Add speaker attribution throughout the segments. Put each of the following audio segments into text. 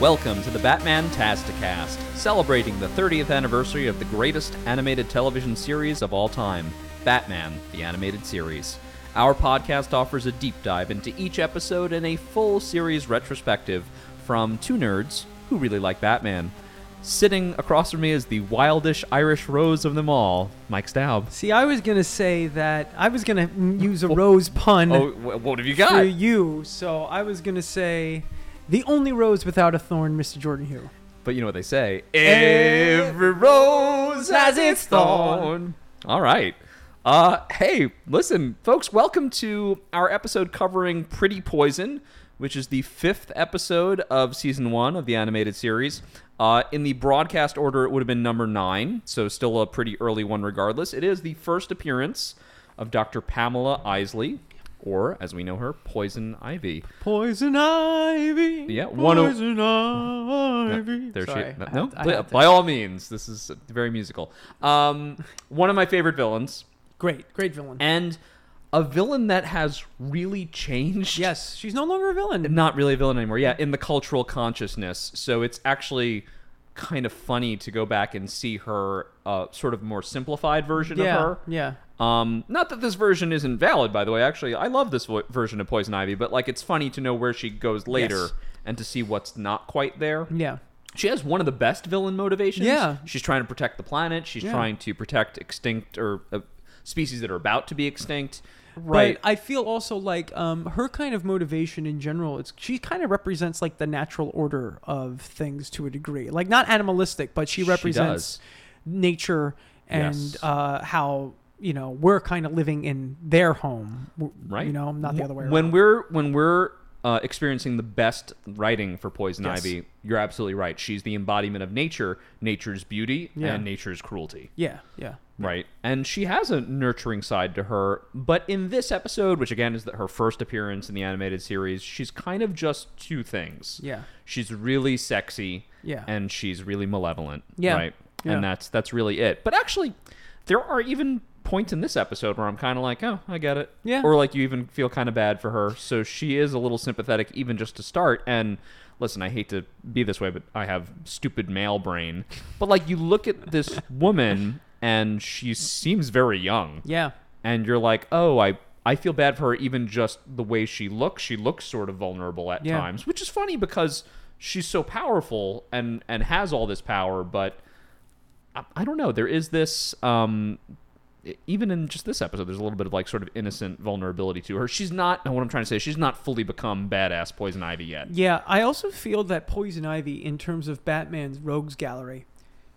Speaker 1: Welcome to the Batman Tasticast, celebrating the 30th anniversary of the greatest animated television series of all time, Batman, the Animated Series. Our podcast offers a deep dive into each episode and a full series retrospective from two nerds who really like Batman. Sitting across from me is the wildish Irish rose of them all, Mike Staub.
Speaker 2: See, I was gonna say that I was gonna mm, use a rose pun
Speaker 1: Oh, wh- what have you
Speaker 2: for
Speaker 1: got?
Speaker 2: you, so I was gonna say the only rose without a thorn, Mr. Jordan Hugh.
Speaker 1: But you know what they say? Every rose
Speaker 2: has its thorn.
Speaker 1: All right. Uh, hey, listen, folks, welcome to our episode covering Pretty Poison, which is the fifth episode of season one of the animated series. Uh, in the broadcast order, it would have been number nine, so still a pretty early one, regardless. It is the first appearance of Dr. Pamela Isley, or as we know her, Poison Ivy.
Speaker 2: Poison ivy.
Speaker 1: Yeah, one o-
Speaker 2: poison ivy.
Speaker 1: There
Speaker 2: Sorry,
Speaker 1: she no,
Speaker 2: I
Speaker 1: no,
Speaker 2: had- I
Speaker 1: by-
Speaker 2: had to-
Speaker 1: by all means, this is very musical. Um, one of my favorite villains,
Speaker 2: Great, great villain.
Speaker 1: and a villain that has really changed.
Speaker 2: yes, she's no longer a villain.
Speaker 1: not really a villain anymore. Yeah, in the cultural consciousness, so it's actually kind of funny to go back and see her uh, sort of more simplified version
Speaker 2: yeah,
Speaker 1: of her.
Speaker 2: yeah.
Speaker 1: Um, not that this version isn't valid, by the way. Actually, I love this vo- version of Poison Ivy, but like, it's funny to know where she goes later
Speaker 2: Yes.
Speaker 1: and to see what's not quite there.
Speaker 2: Yeah.
Speaker 1: She has one of the best villain motivations.
Speaker 2: Yeah.
Speaker 1: She's trying to protect the planet. She's
Speaker 2: Yeah.
Speaker 1: trying to protect extinct or uh, species that are about to be extinct.
Speaker 2: Right. But I feel also like um, her kind of motivation in general. It's she kind of represents like the natural order of things to a degree, like not animalistic, but she
Speaker 1: She
Speaker 2: represents
Speaker 1: does.
Speaker 2: nature and
Speaker 1: Yes.
Speaker 2: uh, how you know we're kind of living in their home, W-
Speaker 1: right.
Speaker 2: You know, not the other way around.
Speaker 1: When we're when we're uh, experiencing the best writing for Poison
Speaker 2: Yes.
Speaker 1: Ivy, you're absolutely right. She's the embodiment of nature, nature's beauty,
Speaker 2: Yeah.
Speaker 1: and nature's cruelty.
Speaker 2: yeah, yeah,
Speaker 1: Right. And she has a nurturing side to her, but in this episode, which again is the, her first appearance in the animated series, she's kind of just two things.
Speaker 2: Yeah.
Speaker 1: She's really sexy.
Speaker 2: Yeah.
Speaker 1: And she's really malevolent.
Speaker 2: Yeah.
Speaker 1: Right.
Speaker 2: Yeah.
Speaker 1: And that's that's really it. But actually, there are even points in this episode where I'm kind of like, oh, I get it.
Speaker 2: Yeah.
Speaker 1: Or like you even feel kind of bad for her. So she is a little sympathetic even just to start. And listen, I hate to be this way, but I have stupid male brain. But like you look at this woman and she seems very young.
Speaker 2: yeah,
Speaker 1: And you're like, oh, I. I feel bad for her even just the way she looks. She looks sort of vulnerable at
Speaker 2: Yeah.
Speaker 1: times, which is funny because she's so powerful and and has all this power, but I, I don't know. There is this, um, e- even in just this episode, there's a little bit of like sort of innocent vulnerability to her. She's not, what I'm trying to say, she's not fully become badass Poison Ivy yet.
Speaker 2: yeah. I also feel that Poison Ivy, in terms of Batman's rogues gallery,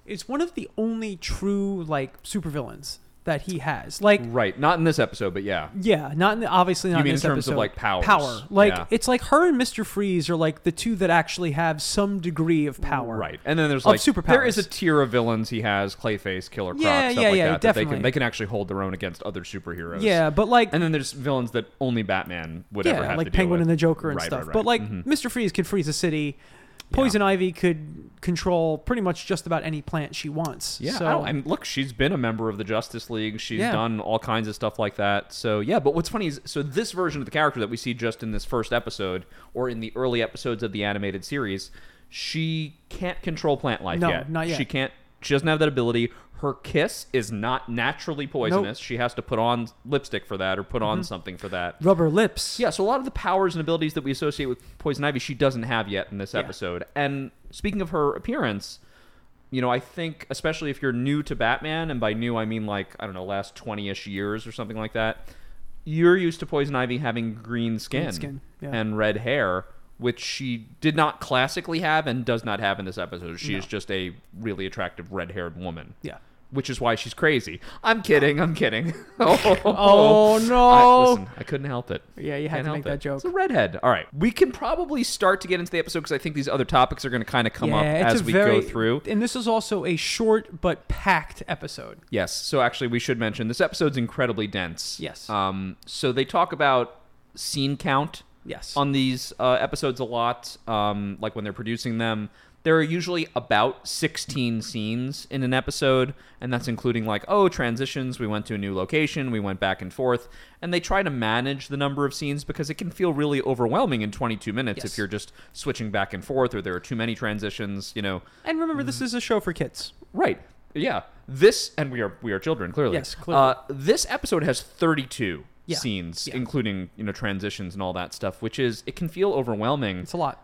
Speaker 2: is one of the only true like supervillains that he has. Like
Speaker 1: Right. Not in this episode, but yeah.
Speaker 2: Yeah, not in the, obviously not
Speaker 1: mean
Speaker 2: in
Speaker 1: in
Speaker 2: this
Speaker 1: terms of,
Speaker 2: episode.
Speaker 1: like, powers?
Speaker 2: Power, like
Speaker 1: Yeah.
Speaker 2: it's like her and Mister Freeze are like the two that actually have some degree of power.
Speaker 1: Right. And then there's
Speaker 2: Of
Speaker 1: like, there is a
Speaker 2: superpowers.
Speaker 1: tier of villains he has Clayface, Killer Croc,
Speaker 2: Yeah,
Speaker 1: stuff
Speaker 2: yeah,
Speaker 1: like
Speaker 2: yeah,
Speaker 1: that. that they,
Speaker 2: definitely.
Speaker 1: can, they can actually hold their own against other superheroes.
Speaker 2: Yeah, but like
Speaker 1: And then there's villains that only Batman would ever
Speaker 2: yeah,
Speaker 1: have
Speaker 2: like
Speaker 1: to deal
Speaker 2: Penguin
Speaker 1: with.
Speaker 2: and the Joker and
Speaker 1: Right,
Speaker 2: stuff.
Speaker 1: right, Mm-hmm. right.
Speaker 2: But like Mister Freeze could freeze a city. Poison Ivy could control pretty much just about any plant she wants.
Speaker 1: Yeah,
Speaker 2: so
Speaker 1: I don't- and look, she's been a member of the Justice League. She's
Speaker 2: Yeah.
Speaker 1: done all kinds of stuff like that. So yeah, but what's funny is so this version of the character that we see just in this first episode or in the early episodes of the animated series, she can't control plant life
Speaker 2: No,
Speaker 1: yet.
Speaker 2: not yet.
Speaker 1: She can't. She doesn't have that ability. Her kiss is not naturally poisonous. She has to put on lipstick for that or put
Speaker 2: Mm-hmm.
Speaker 1: on something for that.
Speaker 2: rubber lips.
Speaker 1: Yeah, so a lot of the powers and abilities that we associate with Poison Ivy, she doesn't have yet in this
Speaker 2: Yeah.
Speaker 1: episode. And speaking of her appearance, you know, I think, especially if you're new to Batman, and by new I mean like, I don't know, last 20 ish years or something like that, you're used to Poison Ivy having green skin,
Speaker 2: skin, yeah.
Speaker 1: and red hair, which she did not classically have and does not have in this episode. She is just a really attractive red haired woman.
Speaker 2: yeah.
Speaker 1: Which is why she's crazy. I'm kidding. I'm kidding.
Speaker 2: Oh, no.
Speaker 1: I, listen, I couldn't help it.
Speaker 2: Yeah, you had
Speaker 1: Can't
Speaker 2: to
Speaker 1: help
Speaker 2: make that
Speaker 1: it.
Speaker 2: joke.
Speaker 1: It's a redhead. All right, we can probably start to get into the episode because I think these other topics are going to kind of come up
Speaker 2: Yeah, it's
Speaker 1: as
Speaker 2: a
Speaker 1: we
Speaker 2: very,
Speaker 1: go through.
Speaker 2: and this is also a short but packed episode.
Speaker 1: Yes. So actually, we should mention this episode's incredibly dense.
Speaker 2: Yes.
Speaker 1: Um. So they talk about scene count
Speaker 2: Yes,
Speaker 1: on these uh, episodes a lot. Um. Like when they're producing them, There are usually about 16 scenes in an episode, and that's including like, oh, transitions, we went to a new location, we went back and forth. And they try to manage the number of scenes because it can feel really overwhelming in 22 minutes
Speaker 2: Yes.
Speaker 1: if you're just switching back and forth or there are too many transitions, you know.
Speaker 2: And remember,
Speaker 1: Mm-hmm.
Speaker 2: this is a show for kids.
Speaker 1: Right. Yeah. This and we are we are children clearly.
Speaker 2: Yes, clearly.
Speaker 1: Uh, this episode has 32
Speaker 2: Yeah.
Speaker 1: scenes,
Speaker 2: Yeah.
Speaker 1: including you know transitions and all that stuff, which is it can feel overwhelming,
Speaker 2: It's a lot.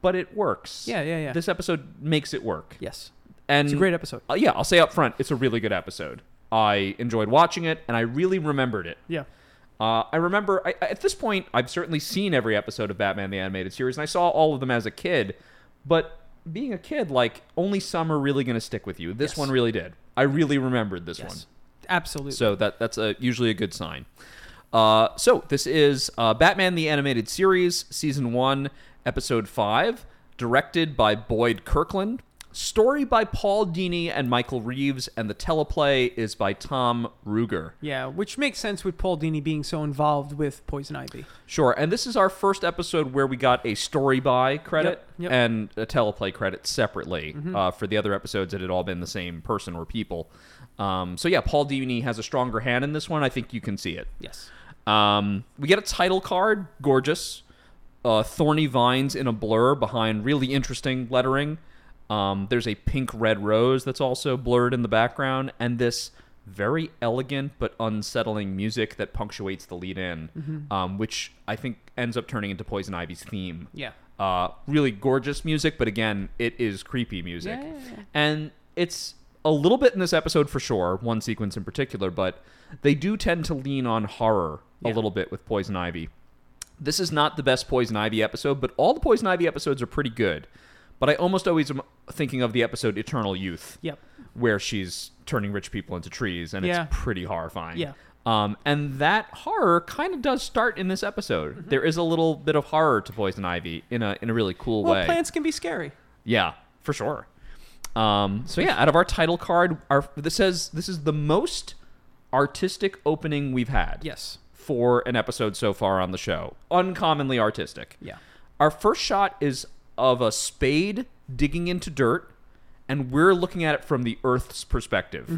Speaker 1: but it works.
Speaker 2: Yeah, yeah, yeah.
Speaker 1: This episode makes it work.
Speaker 2: Yes.
Speaker 1: And
Speaker 2: It's a great episode.
Speaker 1: uh, yeah, I'll say up front, it's a really good episode. I enjoyed watching it, and I really remembered it.
Speaker 2: Yeah.
Speaker 1: Uh, I remember I, I- at this point, I've certainly seen every episode of Batman the Animated Series, and I saw all of them as a kid. But being a kid, like only some are really going to stick with you. This
Speaker 2: Yes.
Speaker 1: one really did. I really remembered this one,
Speaker 2: Yes. Absolutely.
Speaker 1: so that that's a, usually a good sign. Uh, so this is uh, Batman the Animated Series, season one, episode five, directed by Boyd Kirkland. Story by Paul Dini and Michael Reeves, and the teleplay is by Tom Ruger.
Speaker 2: yeah, which makes sense with Paul Dini being so involved with Poison Ivy.
Speaker 1: Sure, and this is our first episode where we got a story by credit
Speaker 2: Yep, Mm-hmm. yep.
Speaker 1: and a teleplay credit separately. Uh, for the other episodes, it had all been the same person or people. Um, so yeah, Paul Dini has a stronger hand in this one. I think you can see it.
Speaker 2: Yes.
Speaker 1: Um, we get a title card, gorgeous. Uh, thorny vines in a blur behind really interesting lettering. Um, there's a pink red rose that's also blurred in the background, and this very elegant but unsettling music that punctuates the lead in, um, which I think ends up turning into Poison Ivy's theme.
Speaker 2: Yeah.
Speaker 1: Uh, really gorgeous music, but again, it is creepy music.
Speaker 2: Yeah, yeah, yeah.
Speaker 1: And it's a little bit in this episode for sure, one sequence in particular, but they do tend to lean on horror a
Speaker 2: Yeah.
Speaker 1: little bit with Poison Ivy. This is not the best Poison Ivy episode, but all the Poison Ivy episodes are pretty good. But I almost always am thinking of the episode Eternal Youth,
Speaker 2: Yep.
Speaker 1: where she's turning rich people into trees, and
Speaker 2: Yeah.
Speaker 1: it's pretty horrifying.
Speaker 2: Yeah.
Speaker 1: Um, and that horror kind of does start in this episode.
Speaker 2: Mm-hmm.
Speaker 1: There is a little bit of horror to Poison Ivy in a in a really cool
Speaker 2: Well,
Speaker 1: way.
Speaker 2: plants can be scary.
Speaker 1: Yeah, for sure. Um, so yeah, out of our title card, our this says this is the most artistic opening we've had
Speaker 2: Yes.
Speaker 1: for an episode so far on the show. Uncommonly artistic.
Speaker 2: Yeah.
Speaker 1: Our first shot is of a spade digging into dirt, and we're looking at it from the Earth's perspective.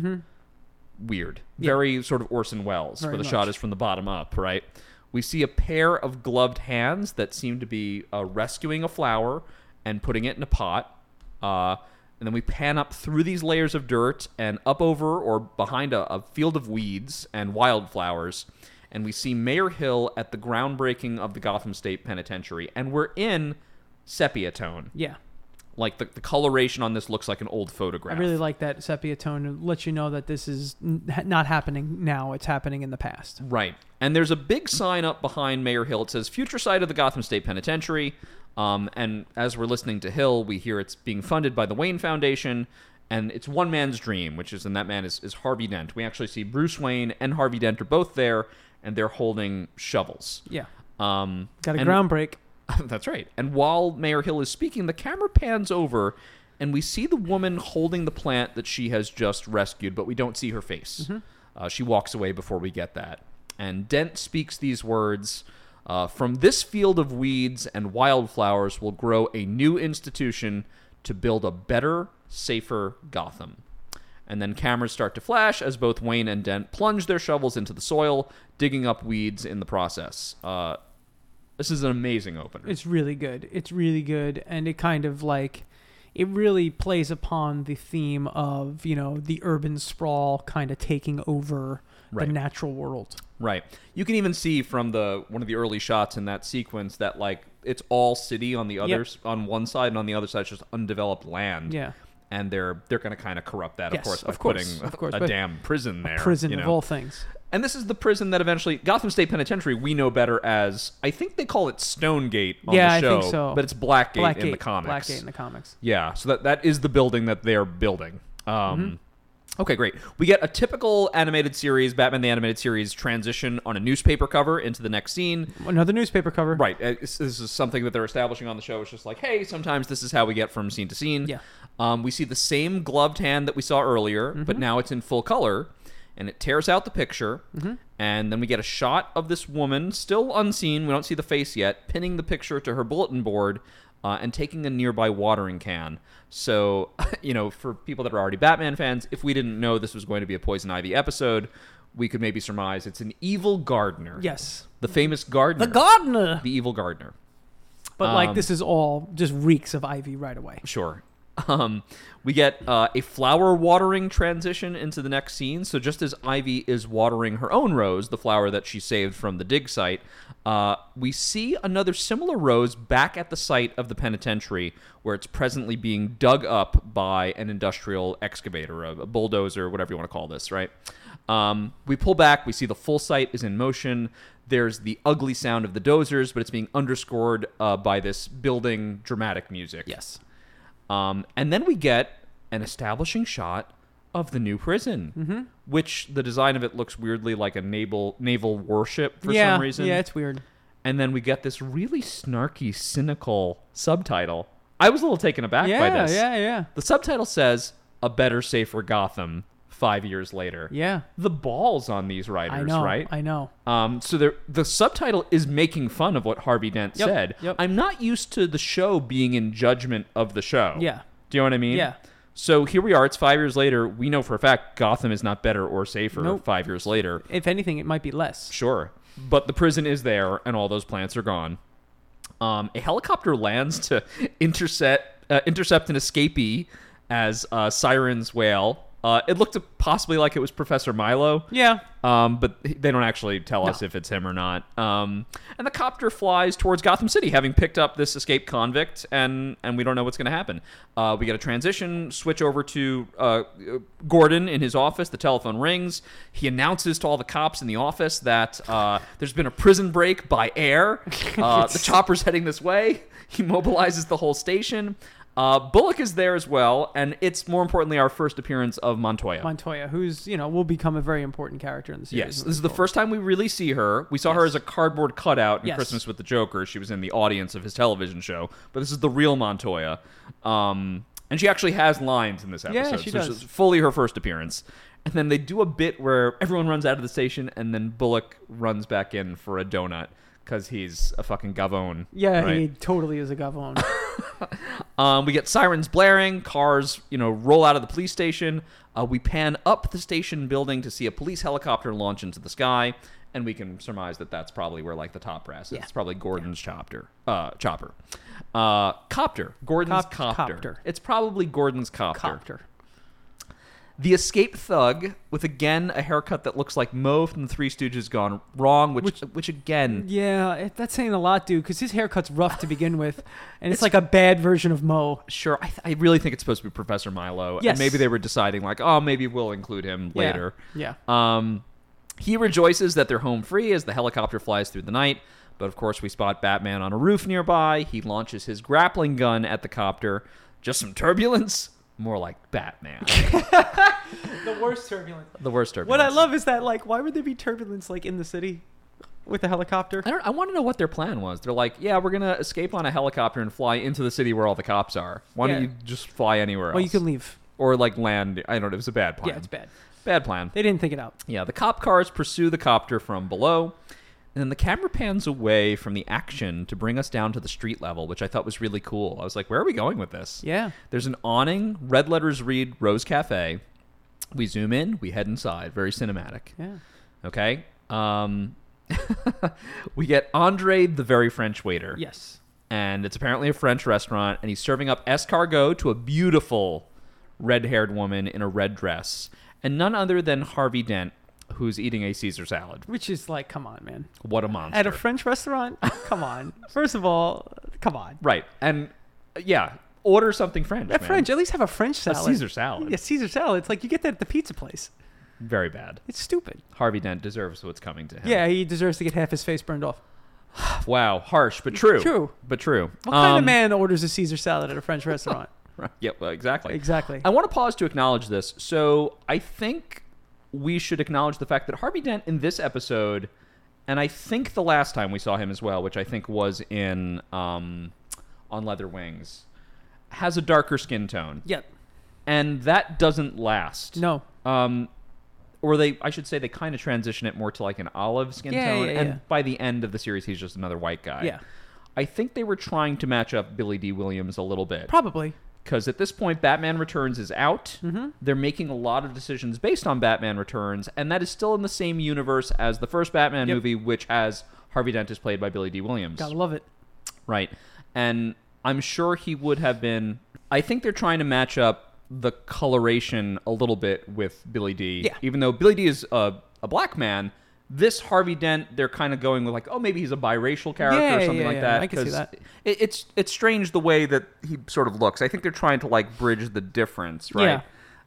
Speaker 1: Weird. Very sort of Orson Welles,
Speaker 2: Mm-hmm. Very
Speaker 1: where the shot
Speaker 2: much.
Speaker 1: is from the bottom up, right? We see a pair of gloved hands that seem to be uh, rescuing a flower and putting it in a pot. Uh, and then we pan up through these layers of dirt and up over or behind a, a field of weeds and wildflowers. And we see Mayor Hill at the groundbreaking of the Gotham State Penitentiary. And we're in sepia tone.
Speaker 2: Yeah.
Speaker 1: Like the, the coloration on this looks like an old
Speaker 2: I
Speaker 1: photograph.
Speaker 2: really like that sepia tone and let you know that this is n- ha- not happening now. It's happening in the past.
Speaker 1: Right. And there's a big sign up behind Mayor Hill. It says future site of the Gotham State Penitentiary. Um, and as we're listening to Hill, we hear it's being funded by the Wayne Foundation. And it's one man's dream, which is, and that man is, is Harvey Dent. We actually see Bruce Wayne and Harvey Dent are both there, and they're holding shovels.
Speaker 2: Yeah.
Speaker 1: Um,
Speaker 2: Got a
Speaker 1: and-
Speaker 2: ground break.
Speaker 1: That's right. And while Mayor Hill is speaking, the camera pans over and we see the woman holding the plant that she has just rescued, but we don't see her face. Uh, she walks away before we get that. And Dent speaks these words uh, From this field of weeds and wildflowers will grow a new institution to build a better, safer Gotham. And then cameras start to flash as both Wayne and Dent plunge their shovels into the soil, digging up weeds in the process. Uh, this is an amazing opener.
Speaker 2: It's really good. It's really good, and it kind of like it really plays upon the theme of you know the urban sprawl kind of taking over
Speaker 1: Right.
Speaker 2: the natural world.
Speaker 1: Right. You can even see from the one of the early shots in that sequence that like it's all city on the other s on one side and on the other side it's just undeveloped land.
Speaker 2: Yeah,
Speaker 1: And they're they're going to kind of corrupt that, of
Speaker 2: Yes,
Speaker 1: course, by
Speaker 2: of course,
Speaker 1: putting
Speaker 2: of course,
Speaker 1: a
Speaker 2: but-
Speaker 1: damn prison there.
Speaker 2: prison
Speaker 1: you
Speaker 2: of
Speaker 1: know?
Speaker 2: all things.
Speaker 1: And this is the prison that eventually Gotham State Penitentiary we know better as I think they call it Stonegate on
Speaker 2: Yeah,
Speaker 1: the
Speaker 2: I
Speaker 1: show,
Speaker 2: think so.
Speaker 1: but it's Blackgate,
Speaker 2: Blackgate
Speaker 1: in the comics.
Speaker 2: Blackgate in the comics.
Speaker 1: Yeah, so that that is the building that they're building. Um, Okay, great. We get a typical animated series, Batman the Animated Series transition on a newspaper cover into the next scene.
Speaker 2: Another newspaper cover.
Speaker 1: Right, uh, this this is something that they're establishing on the show. It's just like, hey, sometimes this is how we get from scene to scene.
Speaker 2: Yeah.
Speaker 1: Um, we see the same gloved hand that we saw earlier,
Speaker 2: Mm-hmm.
Speaker 1: but now it's in full color, and it tears out the picture.
Speaker 2: Mm-hmm.
Speaker 1: And then we get a shot of this woman, still unseen. We don't see the face yet, pinning the picture to her bulletin board. uh, and taking a nearby watering can. So, you know, for people that are already Batman fans, if we didn't know this was going to be a Poison Ivy episode, we could maybe surmise it's an evil gardener.
Speaker 2: Yes.
Speaker 1: The famous gardener.
Speaker 2: The gardener.
Speaker 1: the evil gardener.
Speaker 2: But like
Speaker 1: Um,
Speaker 2: this is all just reeks of Ivy right away.
Speaker 1: Sure. Um, we get uh, a flower watering transition into the next scene. So just as Ivy is watering her own rose, the flower that she saved from the dig site, uh, we see another similar rose back at the site of the penitentiary, where it's presently being dug up by an industrial excavator, a a bulldozer, whatever you want to call this, right? Um, we pull back. We see the full site is in motion. There's the ugly sound of the dozers, but it's being underscored uh, by this building dramatic music.
Speaker 2: Yes.
Speaker 1: Um, and then we get an establishing shot of the new prison, mm-hmm. which the design of it looks weirdly like a naval naval warship for
Speaker 2: yeah,
Speaker 1: some reason.
Speaker 2: Yeah, it's weird.
Speaker 1: and then we get this really snarky, cynical subtitle. I was a little taken aback by
Speaker 2: Yeah,
Speaker 1: this.
Speaker 2: yeah, yeah.
Speaker 1: The subtitle says "A Better, Safer Gotham." Five years later,
Speaker 2: Yeah.
Speaker 1: the balls on these writers,
Speaker 2: I know.
Speaker 1: right?
Speaker 2: I know.
Speaker 1: Um, so there, the subtitle is making fun of what Harvey Dent
Speaker 2: Yep,
Speaker 1: said.
Speaker 2: yep.
Speaker 1: I'm not used to the show being in judgment of the show.
Speaker 2: Yeah.
Speaker 1: Do you know what I mean?
Speaker 2: Yeah.
Speaker 1: So here we are. It's five years later. We know for a fact Gotham is not better or safer
Speaker 2: Nope.
Speaker 1: five years later.
Speaker 2: If anything, it might be less.
Speaker 1: Sure. But the prison is there, and all those plants are gone. Um, a helicopter lands to intercept uh, intercept an escapee as uh, sirens wail. Uh, it looked possibly like it was Professor Milo.
Speaker 2: Yeah.
Speaker 1: Um, but they don't actually tell us if it's him or not. Um, and the copter flies towards Gotham City, having picked up this escaped convict, and and we don't know what's going to happen. Uh, we get a transition, switch over to uh, Gordon in his office. The telephone rings. He announces to all the cops in the office that uh, there's been a prison break by air. Uh, the chopper's heading this way. He mobilizes the whole station. Uh, Bullock is there as well, and it's more importantly our first appearance of Montoya.
Speaker 2: Montoya, who's you know will become a very important character in the series.
Speaker 1: Yes,
Speaker 2: moving
Speaker 1: this is the first time we really see her. We saw her as a cardboard cutout in
Speaker 2: Yes.
Speaker 1: Christmas with the Joker. She was in the audience of his television show, but this is the real Montoya. Um, and she actually has lines in this
Speaker 2: Yeah,
Speaker 1: episode.
Speaker 2: she
Speaker 1: so this
Speaker 2: does.
Speaker 1: is fully her first appearance. And then they do a bit where everyone runs out of the station, and then Bullock runs back in for a donut because he's a fucking gavone.
Speaker 2: Yeah,
Speaker 1: right?
Speaker 2: he totally is a govon.
Speaker 1: Um, we get sirens blaring, cars, you know, roll out of the police station. Uh, we pan up the station building to see a police helicopter launch into the sky, and we can surmise that that's probably where like the top brass is.
Speaker 2: Yeah.
Speaker 1: It's probably Gordon's chopper, uh, chopper, uh, copter, Gordon's
Speaker 2: Cop-
Speaker 1: copter.
Speaker 2: copter.
Speaker 1: It's probably Gordon's copter.
Speaker 2: Copter.
Speaker 1: The escaped thug with again a haircut that looks like Mo from the Three Stooges gone wrong, which, which, again.
Speaker 2: Yeah, it, that's saying a lot, dude. Because his haircut's rough to begin with, and it's, like a bad version of Mo.
Speaker 1: Sure, I, th- I really think it's supposed to be Professor Milo,
Speaker 2: Yes.
Speaker 1: and maybe they were deciding like, oh, maybe we'll include him
Speaker 2: Yeah.
Speaker 1: later.
Speaker 2: Yeah.
Speaker 1: Um, he rejoices that they're home free as the helicopter flies through the night. But of course, we spot Batman on a roof nearby. He launches his grappling gun at the copter. Just some turbulence? More like Batman.
Speaker 2: The worst turbulence.
Speaker 1: the worst turbulence.
Speaker 2: What I love is that like, why would there be turbulence like in the city with a helicopter?
Speaker 1: I, don't, I want to know what their plan was. They're like, yeah, we're going to escape on a helicopter and fly into the city where all the cops are. Why don't
Speaker 2: Yeah.
Speaker 1: you just fly anywhere else?
Speaker 2: Well, you can leave.
Speaker 1: Or like land. I don't know. It was a bad plan.
Speaker 2: Yeah, it's bad.
Speaker 1: Bad plan.
Speaker 2: They didn't think it out.
Speaker 1: Yeah, the cop cars pursue the copter from below, and then the camera pans away from the action to bring us down to the street level, which I thought was really cool. I was like, where are we going with this?
Speaker 2: Yeah.
Speaker 1: There's an awning, red letters read Rose Cafe. We zoom in, we head inside, very cinematic.
Speaker 2: Yeah.
Speaker 1: Okay? Um we get Andre the very French waiter.
Speaker 2: Yes.
Speaker 1: And it's apparently a French restaurant and he's serving up escargot to a beautiful red-haired woman in a red dress and none other than Harvey Dent who's eating a Caesar salad.
Speaker 2: Which is like, come on, man.
Speaker 1: What a monster.
Speaker 2: At a French restaurant? Come on. First of all, come on.
Speaker 1: right. And uh, yeah, order something French.
Speaker 2: At
Speaker 1: man.
Speaker 2: French, at least have a French
Speaker 1: A
Speaker 2: salad.
Speaker 1: Caesar salad.
Speaker 2: Yeah, Caesar salad. It's like you get that at the pizza place.
Speaker 1: Very bad.
Speaker 2: It's stupid.
Speaker 1: Harvey Dent deserves what's coming to him.
Speaker 2: Yeah, he deserves to get half his face burned off.
Speaker 1: Wow, harsh but true.
Speaker 2: True.
Speaker 1: but true.
Speaker 2: What kind
Speaker 1: Um,
Speaker 2: of man orders a Caesar salad at a French restaurant?
Speaker 1: Right. Yep. well, Exactly.
Speaker 2: Exactly.
Speaker 1: I want to pause to acknowledge this. So I think we should acknowledge the fact that Harvey Dent in this episode, and I think the last time we saw him as well, which I think was in um, on Leather Wings, has a darker skin tone,
Speaker 2: Yep.
Speaker 1: and that doesn't last.
Speaker 2: No.
Speaker 1: Um, or they, I should say, they kind of transition it more to like an olive skin
Speaker 2: Yeah,
Speaker 1: tone,
Speaker 2: yeah,
Speaker 1: and
Speaker 2: yeah.
Speaker 1: by the end of the series, he's just another white guy.
Speaker 2: Yeah.
Speaker 1: I think they were trying to match up Billy D. Williams a little bit.
Speaker 2: Probably.
Speaker 1: Because at this point, Batman Returns is out. They're making a lot of decisions based on Batman Returns, and that is still in the same universe as the first Batman
Speaker 2: Yep.
Speaker 1: movie, which has Harvey Dent is played by Billy D. Williams.
Speaker 2: Gotta love it.
Speaker 1: Right. And I'm sure he would have been. I think they're trying to match up the coloration a little bit with Billy D.
Speaker 2: Yeah.
Speaker 1: Even though Billy D is a, a black man, this Harvey Dent, they're kind of going with like, oh, maybe he's a biracial character
Speaker 2: Yeah,
Speaker 1: or something
Speaker 2: yeah,
Speaker 1: like
Speaker 2: yeah,
Speaker 1: that.
Speaker 2: I can see
Speaker 1: 'cause
Speaker 2: that.
Speaker 1: It, it's it's strange the way that he sort of looks. I think they're trying to like bridge the difference, right?
Speaker 2: Yeah.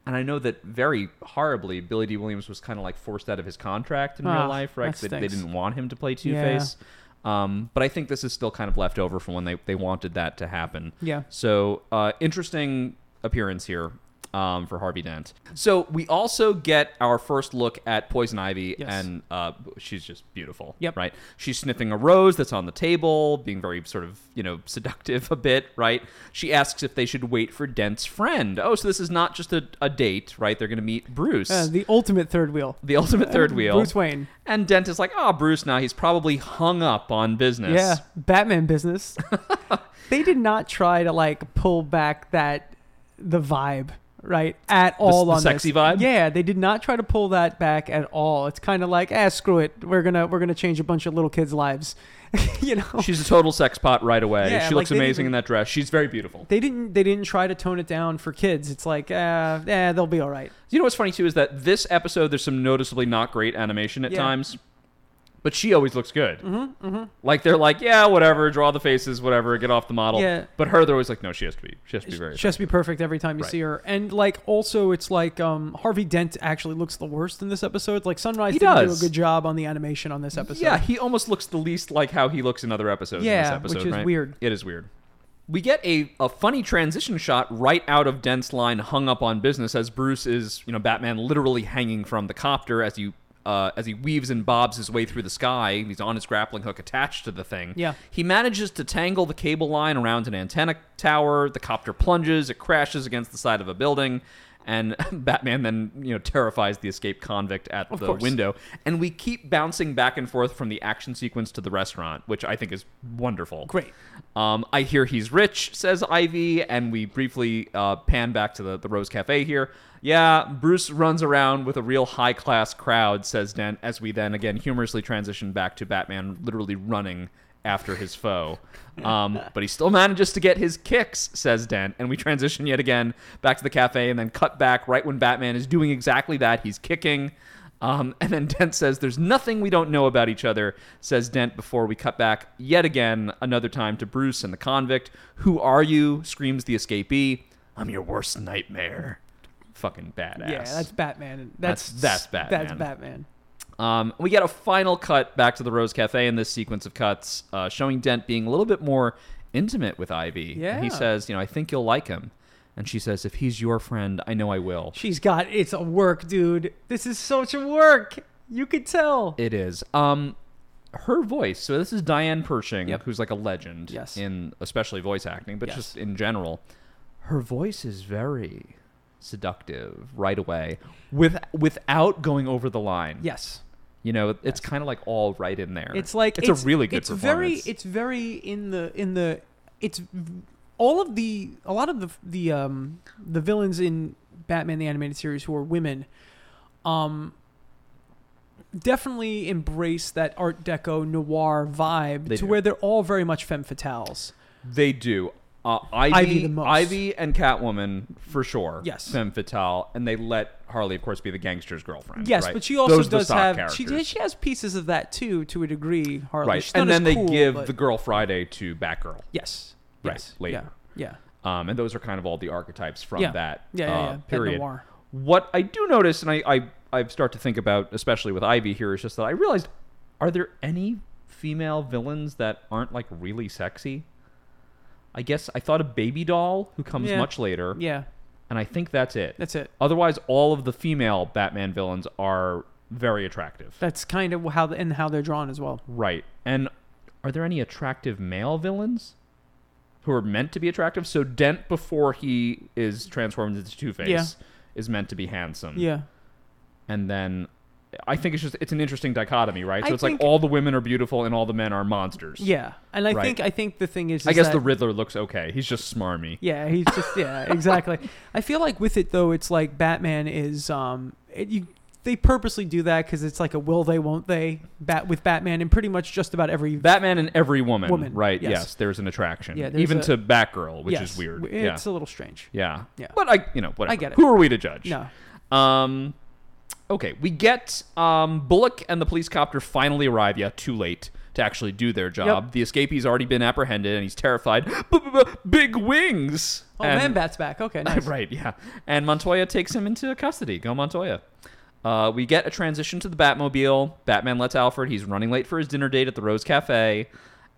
Speaker 1: And I know that very horribly, Billy D. Williams was kind of like forced out of his contract in
Speaker 2: Ah,
Speaker 1: real life, right?
Speaker 2: that
Speaker 1: 'Cause They, they
Speaker 2: stinks.
Speaker 1: didn't want him to play Two Face. Um, but I think this is still kind of left over from when they, they wanted that to happen.
Speaker 2: Yeah.
Speaker 1: So uh, interesting appearance here um, for Harvey Dent. So we also get our first look at Poison Ivy,
Speaker 2: Yes.
Speaker 1: and uh, she's just beautiful.
Speaker 2: Yep.
Speaker 1: Right. She's sniffing a rose that's on the table, being very sort of you know seductive a bit. Right. She asks if they should wait for Dent's friend. Oh, so this is not just a, a date, right? They're going to meet Bruce,
Speaker 2: Uh, the ultimate third wheel.
Speaker 1: the ultimate third wheel.
Speaker 2: Bruce Wayne.
Speaker 1: And Dent is like, oh, Bruce, now he's probably hung up on business.
Speaker 2: Yeah, Batman business. they did not try to like pull back that the vibe right at all
Speaker 1: the
Speaker 2: on
Speaker 1: sexy
Speaker 2: this.
Speaker 1: vibe?
Speaker 2: Yeah, they did not try to pull that back at all. It's kind of like, ah, screw it. We're gonna we're gonna change a bunch of little kids' lives. you know,
Speaker 1: She's a total sex pot right away.
Speaker 2: Yeah,
Speaker 1: she
Speaker 2: like,
Speaker 1: looks
Speaker 2: they didn't
Speaker 1: amazing
Speaker 2: even-
Speaker 1: in that dress. She's very beautiful.
Speaker 2: they didn't they didn't try to tone it down for kids. It's like, ah, eh, they'll be all right.
Speaker 1: You know what's funny too is that this episode there's some noticeably not great animation at
Speaker 2: Yeah.
Speaker 1: times, but she always looks good. Mm-hmm, Like they're like, yeah, whatever, draw the faces, whatever, get off the model.
Speaker 2: Yeah.
Speaker 1: But her, they're always like, no, she has to be, she has to be very.
Speaker 2: She has to be perfect every time you
Speaker 1: Right.
Speaker 2: see her. And like also it's like um Harvey Dent actually looks the worst in this episode. Like Sunrise
Speaker 1: He
Speaker 2: didn't
Speaker 1: does.
Speaker 2: do a good job on the animation on this episode.
Speaker 1: Yeah, he almost looks the least like how he looks in other episodes. in this
Speaker 2: Yeah,
Speaker 1: episode,
Speaker 2: which is
Speaker 1: right?
Speaker 2: weird.
Speaker 1: It is weird. We get a, a funny transition shot right out of Dent's line hung up on business as Bruce is, you know, Batman literally hanging from the copter as you uh, as he weaves and bobs his way through the sky. He's on his grappling hook attached to the thing.
Speaker 2: Yeah.
Speaker 1: He manages to tangle the cable line around an antenna tower. The copter plunges, it crashes against the side of a building, and Batman then, you know, terrifies the escaped convict at the
Speaker 2: course.
Speaker 1: window window, and we keep bouncing back and forth from the action sequence to the restaurant, which I think is wonderful.
Speaker 2: Great.
Speaker 1: Um, I hear he's rich, says Ivy, and we briefly uh, pan back to the, the Rose Cafe here. Yeah, Bruce runs around with a real high class crowd, says Dent, as we then again humorously transition back to Batman literally running after his foe. Um, but he still manages to get his kicks, says Dent, and we transition yet again back to the cafe and then cut back right when Batman is doing exactly that. He's kicking. Um, and then Dent says, There's nothing we don't know about each other, says Dent before we cut back yet again, another time to Bruce and the convict. Who are you? screams the escapee. I'm your worst nightmare. Fucking badass.
Speaker 2: Yeah, that's Batman. That's
Speaker 1: That's- that's Batman.
Speaker 2: That's Batman.
Speaker 1: Um, we get a final cut back to the Rose Cafe in this sequence of cuts, uh, showing Dent being a little bit more intimate with Ivy. And he
Speaker 2: Yeah.
Speaker 1: says, You know, I think you'll like him. And she says, If he's your friend, I know I will.
Speaker 2: She's got it's a work, dude. This is such a work. You could tell.
Speaker 1: It is. Um, her voice. So this is Diane Pershing,
Speaker 2: Yep.
Speaker 1: who's like a legend
Speaker 2: Yes.
Speaker 1: in especially voice acting, but
Speaker 2: Yes.
Speaker 1: just in general. Her voice is very seductive right away, with without going over the line.
Speaker 2: yes.
Speaker 1: you know, it's kind of like all right in there.
Speaker 2: It's like
Speaker 1: it's, a really good
Speaker 2: It's very
Speaker 1: performance.
Speaker 2: it's very in the in the it's v- all of the a lot of the the um the villains in Batman the animated series who are women um definitely embrace that art deco noir vibe
Speaker 1: They
Speaker 2: to
Speaker 1: do.
Speaker 2: where they're all very much femme fatales.
Speaker 1: they do. Uh, Ivy,
Speaker 2: Ivy the most.
Speaker 1: Ivy and Catwoman for sure.
Speaker 2: Yes.
Speaker 1: femme fatale, and they let Harley, of course, be the gangster's girlfriend.
Speaker 2: Yes,
Speaker 1: right?
Speaker 2: but she also
Speaker 1: Those are the
Speaker 2: does
Speaker 1: stock
Speaker 2: have
Speaker 1: characters.
Speaker 2: she, she has pieces of that too to a degree. Harley,
Speaker 1: right,
Speaker 2: She's not
Speaker 1: and then
Speaker 2: as
Speaker 1: they
Speaker 2: cool,
Speaker 1: give
Speaker 2: but-
Speaker 1: the Girl Friday to Batgirl.
Speaker 2: yes,
Speaker 1: Right,
Speaker 2: yes,
Speaker 1: later.
Speaker 2: yeah,
Speaker 1: Um, and those are kind of all the archetypes from
Speaker 2: Yeah.
Speaker 1: that
Speaker 2: Yeah, yeah,
Speaker 1: uh,
Speaker 2: yeah. That
Speaker 1: period.
Speaker 2: noir.
Speaker 1: What I do notice, and I, I I start to think about, especially with Ivy here, is just that I realized: are there any female villains that aren't like really sexy? I guess I thought of Baby Doll, who comes
Speaker 2: Yeah.
Speaker 1: much later,
Speaker 2: yeah, yeah.
Speaker 1: and I think that's it.
Speaker 2: That's it.
Speaker 1: Otherwise, all of the female Batman villains are very attractive.
Speaker 2: That's kind of how and how they're drawn as well.
Speaker 1: Right. And are there any attractive male villains who are meant to be attractive? So Dent before he is transformed into Two Face
Speaker 2: Yeah.
Speaker 1: is meant to be handsome.
Speaker 2: Yeah,
Speaker 1: And then I think it's just it's an interesting dichotomy, right? So
Speaker 2: I
Speaker 1: it's
Speaker 2: think-
Speaker 1: like all the women are beautiful and all the men are monsters.
Speaker 2: Yeah, and I
Speaker 1: Right.
Speaker 2: think I think the thing is,
Speaker 1: I
Speaker 2: is
Speaker 1: guess
Speaker 2: that-
Speaker 1: the Riddler looks okay. He's just smarmy.
Speaker 2: Yeah, he's just yeah, exactly. I feel like with it though, it's like Batman is um, it, you they purposely do that because it's like a will they won't they bat with Batman and pretty much just about every
Speaker 1: Batman and every woman,
Speaker 2: Woman,
Speaker 1: right?
Speaker 2: yes.
Speaker 1: Yes. there's an attraction.
Speaker 2: Yeah, there's
Speaker 1: even
Speaker 2: a-
Speaker 1: to Batgirl, which
Speaker 2: Yes,
Speaker 1: is weird.
Speaker 2: w-
Speaker 1: yeah.
Speaker 2: It's a little strange.
Speaker 1: yeah,
Speaker 2: Yeah.
Speaker 1: But I, you know, whatever.
Speaker 2: I get it.
Speaker 1: Who are we to judge?
Speaker 2: No,
Speaker 1: Um, okay, we get um, Bullock and the police copter finally arrive. Yeah, too late to actually do their job. The escapeee's already been apprehended, and he's terrified. Big wings.
Speaker 2: oh
Speaker 1: And-
Speaker 2: man, Bat's back. Okay, nice.
Speaker 1: Right, yeah. And Montoya takes him into custody. Go Montoya. Uh, we get a transition to the Batmobile. Batman lets Alfred. He's running late for his dinner date at the Rose Cafe.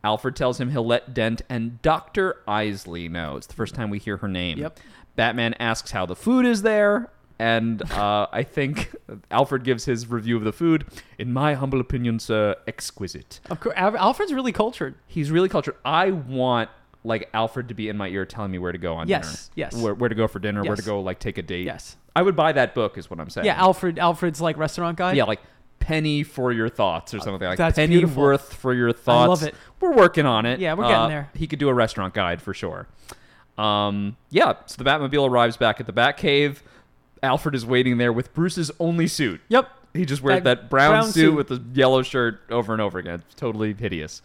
Speaker 1: Alfred tells him he'll let Dent and Dr. Isley know. It's the first time we hear her name.
Speaker 2: Yep.
Speaker 1: Batman asks how the food is there. And uh, I think Alfred gives his review of the food. In my humble opinion, sir, exquisite.
Speaker 2: Of course, Al- Alfred's really cultured.
Speaker 1: He's really cultured. I want like Alfred to be in my ear telling me where to go on
Speaker 2: Yes,
Speaker 1: dinner.
Speaker 2: yes.
Speaker 1: Where, where to go for dinner, where to
Speaker 2: Yes.
Speaker 1: go like take a date.
Speaker 2: Yes.
Speaker 1: I would buy that book is what I'm saying.
Speaker 2: Yeah, Alfred. Alfred's like restaurant guy.
Speaker 1: yeah, like penny for your thoughts or something like
Speaker 2: That's
Speaker 1: penny
Speaker 2: beautiful.
Speaker 1: worth for your thoughts.
Speaker 2: love it.
Speaker 1: We're working on it. Uh,
Speaker 2: Yeah, we're getting there.
Speaker 1: He could do a restaurant guide for sure. Um, yeah, so the Batmobile arrives back at the Batcave. Alfred is waiting there with Bruce's only suit.
Speaker 2: Yep.
Speaker 1: He just wears
Speaker 2: That
Speaker 1: that, brown,
Speaker 2: brown
Speaker 1: suit,
Speaker 2: suit.
Speaker 1: with the yellow shirt over and over again. It's totally hideous.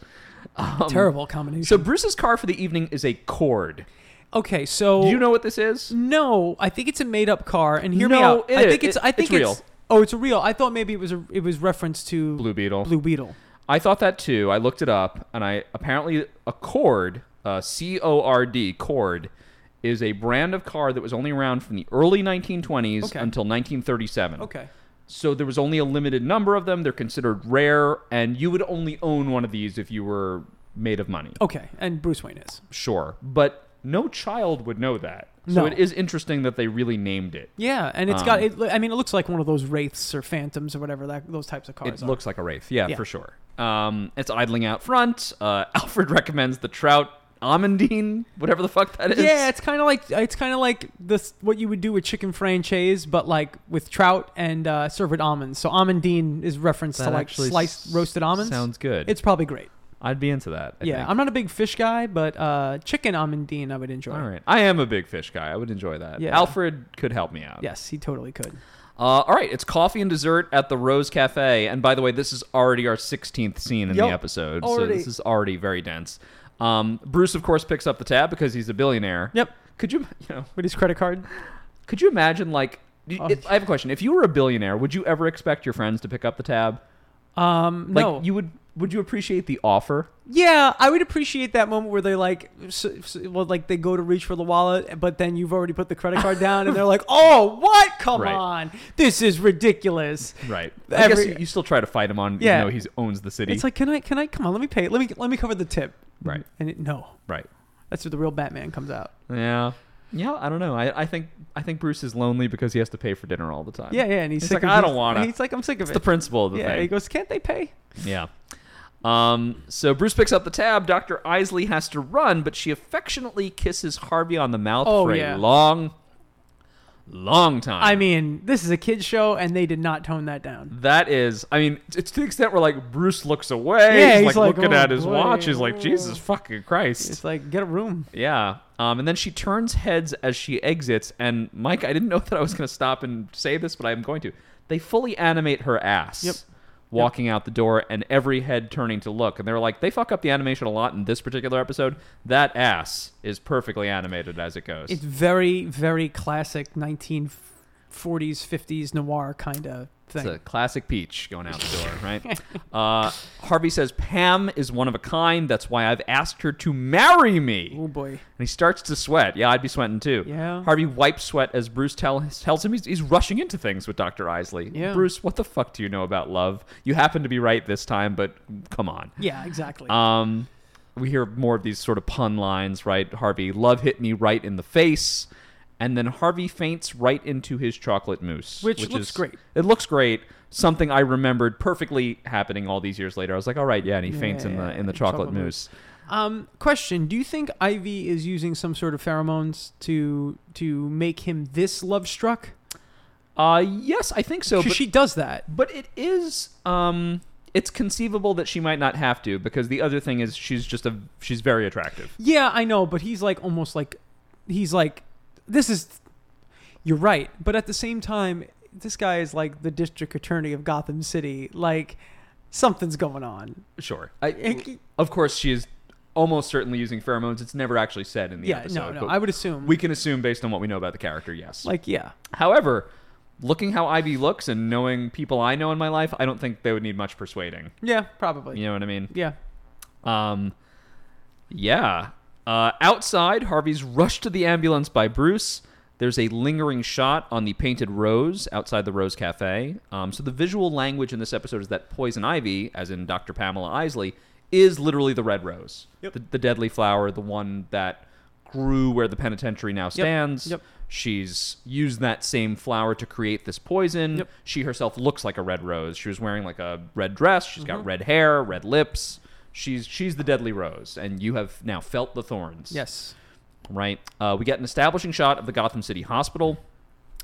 Speaker 1: Um,
Speaker 2: Terrible combination.
Speaker 1: so Bruce's car for the evening is a cord.
Speaker 2: okay, so
Speaker 1: Do you know what this is?
Speaker 2: No, I think it's a made up car. And hear me
Speaker 1: No,
Speaker 2: out.
Speaker 1: it
Speaker 2: I
Speaker 1: is.
Speaker 2: think it's.
Speaker 1: It-
Speaker 2: I think
Speaker 1: it's real.
Speaker 2: oh, it's a real. I thought maybe it was a. It was reference to
Speaker 1: Blue Beetle.
Speaker 2: Blue Beetle.
Speaker 1: I thought that too. I looked it up, and I apparently a cord, uh, C O R D, cord, is a brand of car that was only around from the early 1920s
Speaker 2: Okay.
Speaker 1: until 1937.
Speaker 2: Okay.
Speaker 1: So there was only a limited number of them. They're considered rare, and you would only own one of these if you were made of money.
Speaker 2: Okay, and Bruce Wayne is.
Speaker 1: Sure, but no child would know that. So
Speaker 2: No.
Speaker 1: it is interesting that they really named it.
Speaker 2: Yeah, and it's got.
Speaker 1: Um.
Speaker 2: It, I mean, it looks like one of those wraiths or phantoms or whatever that those types of cars.
Speaker 1: It
Speaker 2: are.
Speaker 1: looks like a wraith, yeah,
Speaker 2: Yeah.
Speaker 1: for sure. Um, it's idling out front. Uh, Alfred recommends the trout almondine, whatever the fuck that is.
Speaker 2: Yeah, it's kind of like it's kind of like this what you would do with chicken franchise, but like with trout and uh, served with almonds. So almondine is referenced to
Speaker 1: That
Speaker 2: like
Speaker 1: actually
Speaker 2: sliced
Speaker 1: s-
Speaker 2: roasted almonds.
Speaker 1: sounds good.
Speaker 2: It's probably great.
Speaker 1: I'd be into that. I
Speaker 2: yeah,
Speaker 1: think.
Speaker 2: I'm not a big fish guy, but uh, chicken almondine I would enjoy.
Speaker 1: All right, I am a big fish guy. I would enjoy that.
Speaker 2: Yeah.
Speaker 1: Alfred could help me out.
Speaker 2: Yes, he totally could.
Speaker 1: Uh, all right, it's coffee and dessert at the Rose Cafe, and by the way, this is already our sixteenth scene in the
Speaker 2: Yup.
Speaker 1: episode, so
Speaker 2: Already.
Speaker 1: this is already very dense. Um, Bruce, of course, picks up the tab because he's a billionaire.
Speaker 2: Yep.
Speaker 1: Could you, you know,
Speaker 2: With his credit card.
Speaker 1: Could you imagine, like, d-
Speaker 2: Oh.
Speaker 1: if- I have a question. If you were a billionaire, would you ever expect your friends to pick up the tab?
Speaker 2: Um,
Speaker 1: Like,
Speaker 2: no.
Speaker 1: you would. Would you appreciate the offer?
Speaker 2: yeah, I would appreciate that moment where they like, s s- well, like they go to reach for the wallet, but then you've already put the credit card down, and they're like, "Oh, what? Come
Speaker 1: Right.
Speaker 2: on, this is ridiculous."
Speaker 1: Right. I guess
Speaker 2: Every-
Speaker 1: you, you still try to fight him on,
Speaker 2: Yeah.
Speaker 1: even though he owns the city.
Speaker 2: It's like, can I? Can I? Come on, let me pay. Let me let me cover the tip.
Speaker 1: Right.
Speaker 2: And it, no,
Speaker 1: right.
Speaker 2: that's where the real Batman comes out.
Speaker 1: Yeah. Yeah. I don't know. I, I think I think Bruce is lonely because he has to pay for dinner all the time.
Speaker 2: Yeah, yeah. And he's,
Speaker 1: He's
Speaker 2: sick
Speaker 1: like,
Speaker 2: of,
Speaker 1: I don't
Speaker 2: he's-
Speaker 1: wanna.
Speaker 2: He's like, I'm sick of
Speaker 1: It's
Speaker 2: it.
Speaker 1: the principle of the
Speaker 2: yeah.
Speaker 1: thing.
Speaker 2: He goes, can't they pay?
Speaker 1: Yeah. Um, so Bruce picks up the tab. Dr. Isley has to run, but she affectionately kisses Harvey on the mouth
Speaker 2: Oh,
Speaker 1: for a
Speaker 2: yeah.
Speaker 1: long, long time.
Speaker 2: I mean, this is a kids show, and they did not tone that down.
Speaker 1: That is, I mean, t- to the extent where like Bruce looks away,
Speaker 2: Yeah,
Speaker 1: he's,
Speaker 2: he's
Speaker 1: like,
Speaker 2: like,
Speaker 1: looking
Speaker 2: "Oh,
Speaker 1: at his
Speaker 2: boy,
Speaker 1: watch. He's like,
Speaker 2: oh."
Speaker 1: Jesus fucking Christ.
Speaker 2: It's like, get a room.
Speaker 1: Yeah. Um, and then she turns heads as she exits. And Mike, I didn't know that I was going to stop and say this, but I'm going to. They fully animate her ass
Speaker 2: Yep.
Speaker 1: walking out the door and every head turning to look. And they're like, they fuck up the animation a lot in this particular episode. That ass is perfectly animated as it goes.
Speaker 2: It's very, very classic 1940s, 50s noir kind of
Speaker 1: It's a
Speaker 2: thing.
Speaker 1: classic peach going out the door, right? uh, Harvey says, Pam is one of a kind. That's why I've asked her to marry me.
Speaker 2: Oh boy.
Speaker 1: And he starts to sweat. Yeah, I'd be sweating too.
Speaker 2: Yeah.
Speaker 1: Harvey wipes sweat as Bruce tell, tells him he's, he's rushing into things with Dr. Isley.
Speaker 2: Yeah.
Speaker 1: Bruce, what the fuck do you know about love? You happen to be right this time, but come on.
Speaker 2: Yeah, exactly.
Speaker 1: Um, we hear more of these sort of pun lines, right? Harvey, love hit me right in the face. And then Harvey faints right into his chocolate mousse.
Speaker 2: Which looks great.
Speaker 1: It looks great. Something I remembered perfectly happening all these years later. I was like, all right, yeah, and he faints in the
Speaker 2: Yeah,
Speaker 1: in the chocolate, mousse.
Speaker 2: um, question: Do you think Ivy is using some sort of pheromones to to make him this love struck?
Speaker 1: Uh, yes, I think so.
Speaker 2: 'Cause
Speaker 1: But,
Speaker 2: she does that.
Speaker 1: but it is um, it's conceivable that she might not have to because the other thing is she's just a she's very attractive.
Speaker 2: Yeah, I know, but he's like almost like he's like this is you're right, but at the same time, this guy is like the district attorney of Gotham City. Like something's going on.
Speaker 1: Sure. I, of course, she is almost certainly using pheromones. It's never actually said in the
Speaker 2: yeah,
Speaker 1: episode.
Speaker 2: no, no.
Speaker 1: but
Speaker 2: I would assume
Speaker 1: we can assume based on what we know about the character. Yes.
Speaker 2: like yeah.
Speaker 1: However, looking how Ivy looks and knowing people I know in my life, I don't think they would need much persuading.
Speaker 2: Yeah, probably.
Speaker 1: You know what I mean?
Speaker 2: Yeah.
Speaker 1: Um, yeah. Uh, outside, Harvey's rushed to the ambulance by Bruce. There's a lingering shot on the painted rose outside the Rose Cafe. Um, so the visual language in this episode is that poison ivy, as in Dr. Pamela Isley, is literally the red rose,
Speaker 2: Yep.
Speaker 1: the, the deadly flower, the one that grew where the penitentiary now stands.
Speaker 2: Yep.
Speaker 1: She's used that same flower to create this poison.
Speaker 2: Yep.
Speaker 1: She herself looks like a red rose. She was wearing like a red dress. She's
Speaker 2: Mm-hmm.
Speaker 1: got red hair, red lips. She's she's the deadly rose, and you have now felt the thorns.
Speaker 2: Yes.
Speaker 1: Right. Uh, we get an establishing shot of the Gotham City Hospital.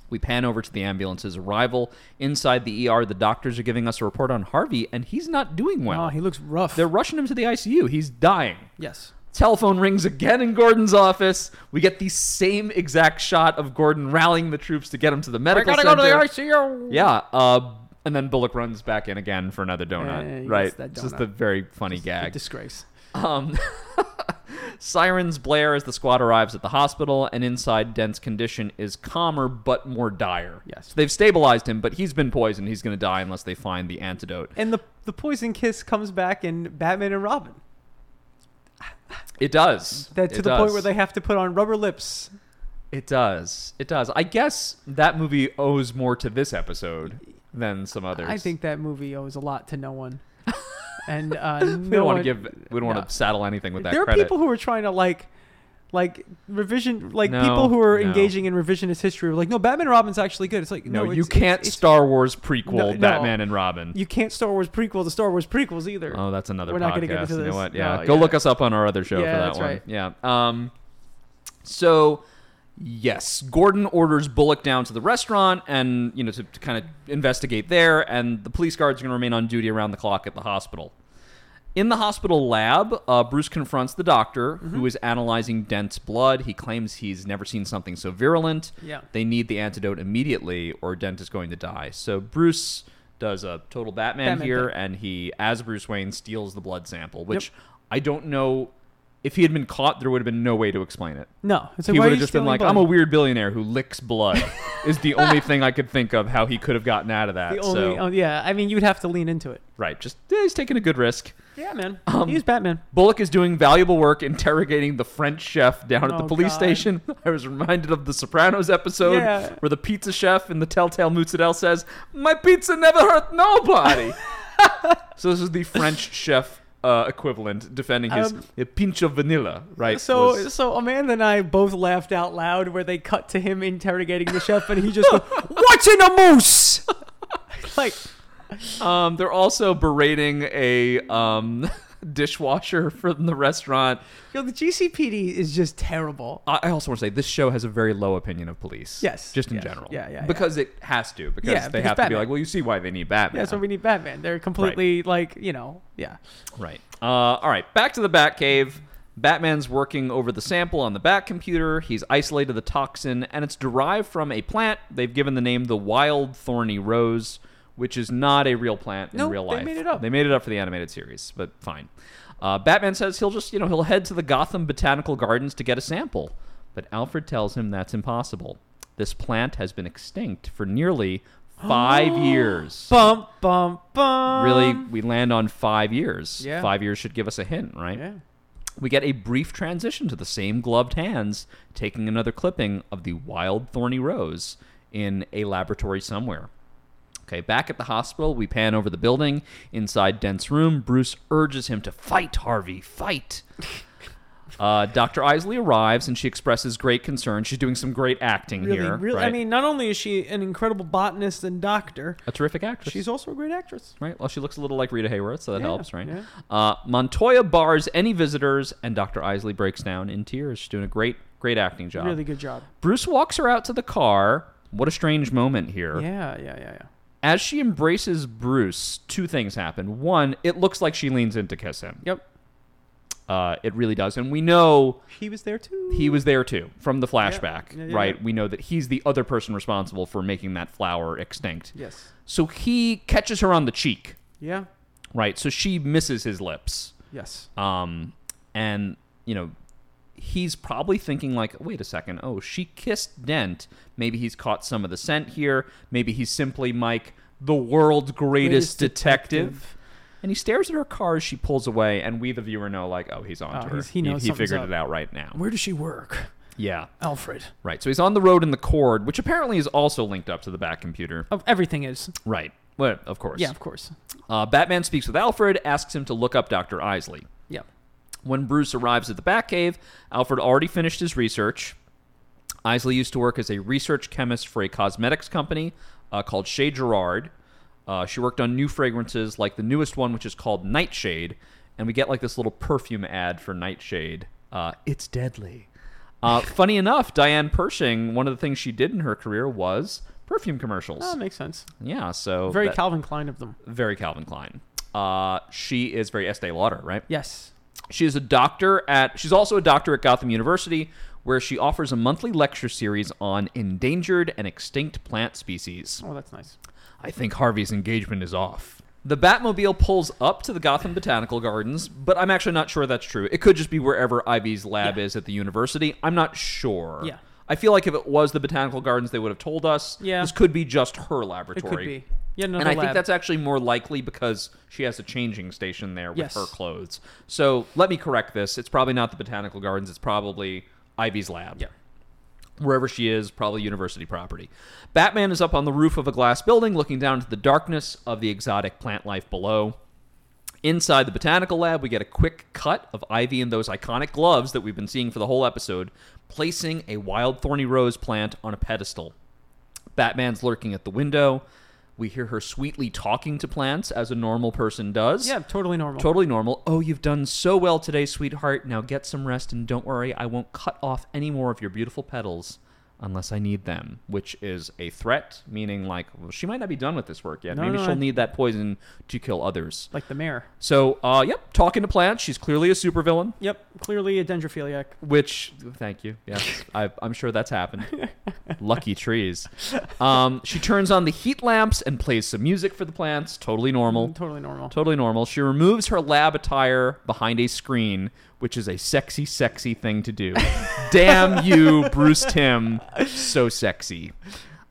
Speaker 1: We pan over to the ambulance's arrival. Inside the ER, the doctors are giving us a report on Harvey, and he's not doing well.
Speaker 2: oh, he looks rough.
Speaker 1: They're rushing him to the ICU. He's dying.
Speaker 2: yes.
Speaker 1: Telephone rings again in Gordon's office. We get the same exact shot of Gordon rallying the troops to get him to the medical center.
Speaker 2: ICU.
Speaker 1: Yeah. Uh, and then Bullock runs back in again for another donut.
Speaker 2: Yeah, he
Speaker 1: right.
Speaker 2: gets Eh, that
Speaker 1: Just
Speaker 2: donut.
Speaker 1: a very funny gag.
Speaker 2: Disgrace.
Speaker 1: Um, sirens blare as the squad arrives at the hospital, and inside, Dent's condition is calmer but more dire.
Speaker 2: Yes.
Speaker 1: So they've stabilized him, but he's been poisoned. He's going to die unless they find the antidote.
Speaker 2: And the the poison kiss comes back in Batman and Robin.
Speaker 1: It does.
Speaker 2: That to
Speaker 1: It
Speaker 2: the point
Speaker 1: does.
Speaker 2: where they have to put on rubber lips.
Speaker 1: It does. It does. I guess that movie owes more to this episode than some others.
Speaker 2: I think that movie owes a lot to no one. and uh, no
Speaker 1: we don't want
Speaker 2: one-
Speaker 1: to give. We don't
Speaker 2: no.
Speaker 1: want to saddle anything with that
Speaker 2: there are
Speaker 1: credit.
Speaker 2: people who are trying to like like revision like
Speaker 1: No,
Speaker 2: people who are
Speaker 1: no.
Speaker 2: engaging in revisionist history were like no batman and robin's actually good it's like
Speaker 1: no,
Speaker 2: no,
Speaker 1: you
Speaker 2: it's-
Speaker 1: can't
Speaker 2: it's- it's-
Speaker 1: Star Wars prequel
Speaker 2: No, no.
Speaker 1: Batman and Robin.
Speaker 2: you can't star wars prequel to star wars prequels either
Speaker 1: Oh, that's another
Speaker 2: We're
Speaker 1: podcast.
Speaker 2: not gonna get into
Speaker 1: You know
Speaker 2: this.
Speaker 1: what? Yeah.
Speaker 2: No,
Speaker 1: Go
Speaker 2: yeah.
Speaker 1: look us up on our other show
Speaker 2: Yeah,
Speaker 1: for that
Speaker 2: that's
Speaker 1: one.
Speaker 2: right.
Speaker 1: Yeah. Um so yes, Gordon orders Bullock down to the restaurant and, you know, to, to kind of investigate there and the police guards are going to remain on duty around the clock at the hospital. In the hospital lab, uh, Bruce confronts the doctor
Speaker 2: Mm-hmm.
Speaker 1: who is analyzing Dent's blood. He claims he's never seen something so virulent.
Speaker 2: Yeah.
Speaker 1: They need the antidote immediately or Dent is going to die. So Bruce does a total Batman,
Speaker 2: Batman
Speaker 1: here
Speaker 2: thing.
Speaker 1: and he, as Bruce Wayne, steals the blood sample, which I don't know. If he had been caught, there would have been no way to explain it.
Speaker 2: no it's like,
Speaker 1: he would
Speaker 2: why are
Speaker 1: have
Speaker 2: you
Speaker 1: just been
Speaker 2: stealing
Speaker 1: like,
Speaker 2: blood?
Speaker 1: "I'm a weird billionaire who licks blood." is the only thing I could think of how he could have gotten out of that.
Speaker 2: the only
Speaker 1: so
Speaker 2: oh, yeah i mean you'd have to lean into it Um,
Speaker 1: right, just eh, he's taking a good risk.
Speaker 2: yeah man he's batman
Speaker 1: Bullock is doing valuable work interrogating the French chef down at the
Speaker 2: Oh,
Speaker 1: police
Speaker 2: God.
Speaker 1: station. I was reminded of the Sopranos episode
Speaker 2: Yeah.
Speaker 1: where the pizza chef in the Telltale Mozzarella says, "My pizza never hurt nobody." so this is the French chef uh, equivalent defending his
Speaker 2: Um,
Speaker 1: a pinch of vanilla, right?
Speaker 2: so
Speaker 1: was-
Speaker 2: so amanda and i both laughed out loud where they cut to him interrogating the chef and he just goes what's in a moose like
Speaker 1: um, they're also berating a um, dishwasher from the restaurant.
Speaker 2: yo the gcpd is just terrible
Speaker 1: I I also want to say this show has a very low opinion of police.
Speaker 2: Yes,
Speaker 1: just in
Speaker 2: yes.
Speaker 1: general.
Speaker 2: Yeah, yeah, yeah.
Speaker 1: Because it has to. Because
Speaker 2: Yeah,
Speaker 1: they
Speaker 2: because
Speaker 1: have to be
Speaker 2: Batman.
Speaker 1: like, well, you see why they need Batman.
Speaker 2: yeah, that's why we need batman they're completely like you know yeah
Speaker 1: Right. Uh, all right. Back to the Batcave. Batman's working over the sample on the Bat computer. He's isolated the toxin, and it's derived from a plant they've given the name the Wild Thorny Rose, which is not a real plant in
Speaker 2: No,
Speaker 1: real
Speaker 2: they
Speaker 1: life.
Speaker 2: made it up.
Speaker 1: They made it up for the animated series, but fine. Uh, Batman says he'll just, you know, he'll head to the Gotham Botanical Gardens to get a sample, but Alfred tells him that's impossible. This plant has been extinct for nearly five years
Speaker 2: Bum bum bum.
Speaker 1: really we land on five years
Speaker 2: Um, Yeah.
Speaker 1: five years should give us a hint right
Speaker 2: Yeah.
Speaker 1: we get a brief transition to the same gloved hands taking another clipping of the wild thorny rose in a laboratory somewhere okay back at the hospital we pan over the building inside dent's room bruce urges him to fight harvey fight uh, dr isley arrives and she expresses great concern she's doing some great acting
Speaker 2: Really,
Speaker 1: here
Speaker 2: really. I
Speaker 1: right?
Speaker 2: mean, not only is she an incredible botanist and doctor,
Speaker 1: a terrific actress
Speaker 2: she's also a great actress.
Speaker 1: Right. Well, she looks a little like Rita Hayworth, so that
Speaker 2: Yeah,
Speaker 1: helps, right?
Speaker 2: yeah.
Speaker 1: Uh, Montoya bars any visitors, and Dr. Isley breaks down in tears. She's doing a great, great acting job.
Speaker 2: Really good job.
Speaker 1: Bruce walks her out to the car, What a strange moment here.
Speaker 2: Yeah, yeah, yeah, yeah.
Speaker 1: As she embraces Bruce, two things happen. One, it looks like she leans in to kiss him.
Speaker 2: Yep.
Speaker 1: Uh, it really does. And we know
Speaker 2: He was there too.
Speaker 1: he was there too from the flashback,
Speaker 2: Yeah, yeah,
Speaker 1: right?
Speaker 2: yeah.
Speaker 1: We know that he's the other person responsible for making that flower extinct.
Speaker 2: Yes.
Speaker 1: So he catches her on the cheek,
Speaker 2: Yeah.
Speaker 1: right? So she misses his lips.
Speaker 2: Yes.
Speaker 1: Um, and, you know, he's probably thinking, like, wait a second. Oh, she kissed Dent. Maybe he's caught some of the scent here. Maybe he's simply Mike, the world's greatest,
Speaker 2: Greatest
Speaker 1: detective.
Speaker 2: detective.
Speaker 1: And he stares at her car as she pulls away, and we, the viewer, know, like, oh, he's on
Speaker 2: Oh,
Speaker 1: to her.
Speaker 2: he's- he knows something's
Speaker 1: figured
Speaker 2: up.
Speaker 1: it out right now.
Speaker 2: Where does she work?
Speaker 1: Yeah.
Speaker 2: Alfred.
Speaker 1: Right. So he's on the road in the cord, which apparently is also linked up to the back computer.
Speaker 2: Of everything is.
Speaker 1: Right. Well, of course.
Speaker 2: Yeah, of course.
Speaker 1: Uh, Batman speaks with Alfred, asks him to look up Dr. Isley.
Speaker 2: Yeah.
Speaker 1: When Bruce arrives at the Batcave, Alfred already finished his research. Isley used to work as a research chemist for a cosmetics company uh, called Shea Gerard. Uh, she worked on new fragrances like the newest one, which is called Nightshade. And we get like this little perfume ad for Nightshade. Uh, it's deadly. Uh, funny enough, Diane Pershing, one of the things she did in her career was perfume commercials.
Speaker 2: Ah, That makes sense.
Speaker 1: yeah, so
Speaker 2: Oh, Very
Speaker 1: that-
Speaker 2: Calvin Klein of them.
Speaker 1: very Calvin Klein. Uh, she is very Estee Lauder, right?
Speaker 2: Yes.
Speaker 1: She is a doctor at. She's also a doctor at Gotham University, where she offers a monthly lecture series on endangered and extinct plant species.
Speaker 2: Oh, that's nice.
Speaker 1: I think Harvey's engagement is off. The Batmobile pulls up to the Gotham Botanical Gardens, but I'm actually not sure that's true. It could just be wherever Ivy's lab
Speaker 2: Yeah.
Speaker 1: is at the university. I'm not sure.
Speaker 2: Yeah.
Speaker 1: I feel like if it was the Botanical Gardens, they would have told us.
Speaker 2: Yeah.
Speaker 1: This could be just her
Speaker 2: It
Speaker 1: laboratory
Speaker 2: could be. Yeah, another
Speaker 1: and I think
Speaker 2: lab.
Speaker 1: that's actually more likely because she has a changing station there with
Speaker 2: Yes.
Speaker 1: her clothes. So let me correct this. It's probably not the botanical gardens. It's probably Ivy's lab.
Speaker 2: Yeah.
Speaker 1: Wherever she is, probably university property. Batman is up on the roof of a glass building looking down into the darkness of the exotic plant life below. Inside the botanical lab, we get a quick cut of Ivy in those iconic gloves that we've been seeing for the whole episode, placing a wild thorny rose plant on a pedestal. Batman's lurking at the window. We hear her sweetly talking to plants as a normal person does.
Speaker 2: Yeah, totally normal.
Speaker 1: Totally normal. Oh, you've done so well today, sweetheart. Now get some rest and don't worry, I won't cut off any more of your beautiful petals unless I need them, which is a threat, meaning like, well, she might not be done with this work yet.
Speaker 2: No,
Speaker 1: Maybe
Speaker 2: no,
Speaker 1: she'll
Speaker 2: I-
Speaker 1: need that poison to kill others.
Speaker 2: like the mayor.
Speaker 1: So, uh, yep, talking to plants. She's clearly a supervillain,
Speaker 2: Yep. Clearly a dendrophiliac.
Speaker 1: which, thank you. Yes, I, I'm sure that's happened. Lucky trees. Um, she turns on the heat lamps and plays some music for the plants. Totally normal.
Speaker 2: Totally normal.
Speaker 1: Totally normal. She removes her lab attire behind a screen, which is a sexy, sexy thing to do. Damn you, Bruce Tim. So sexy.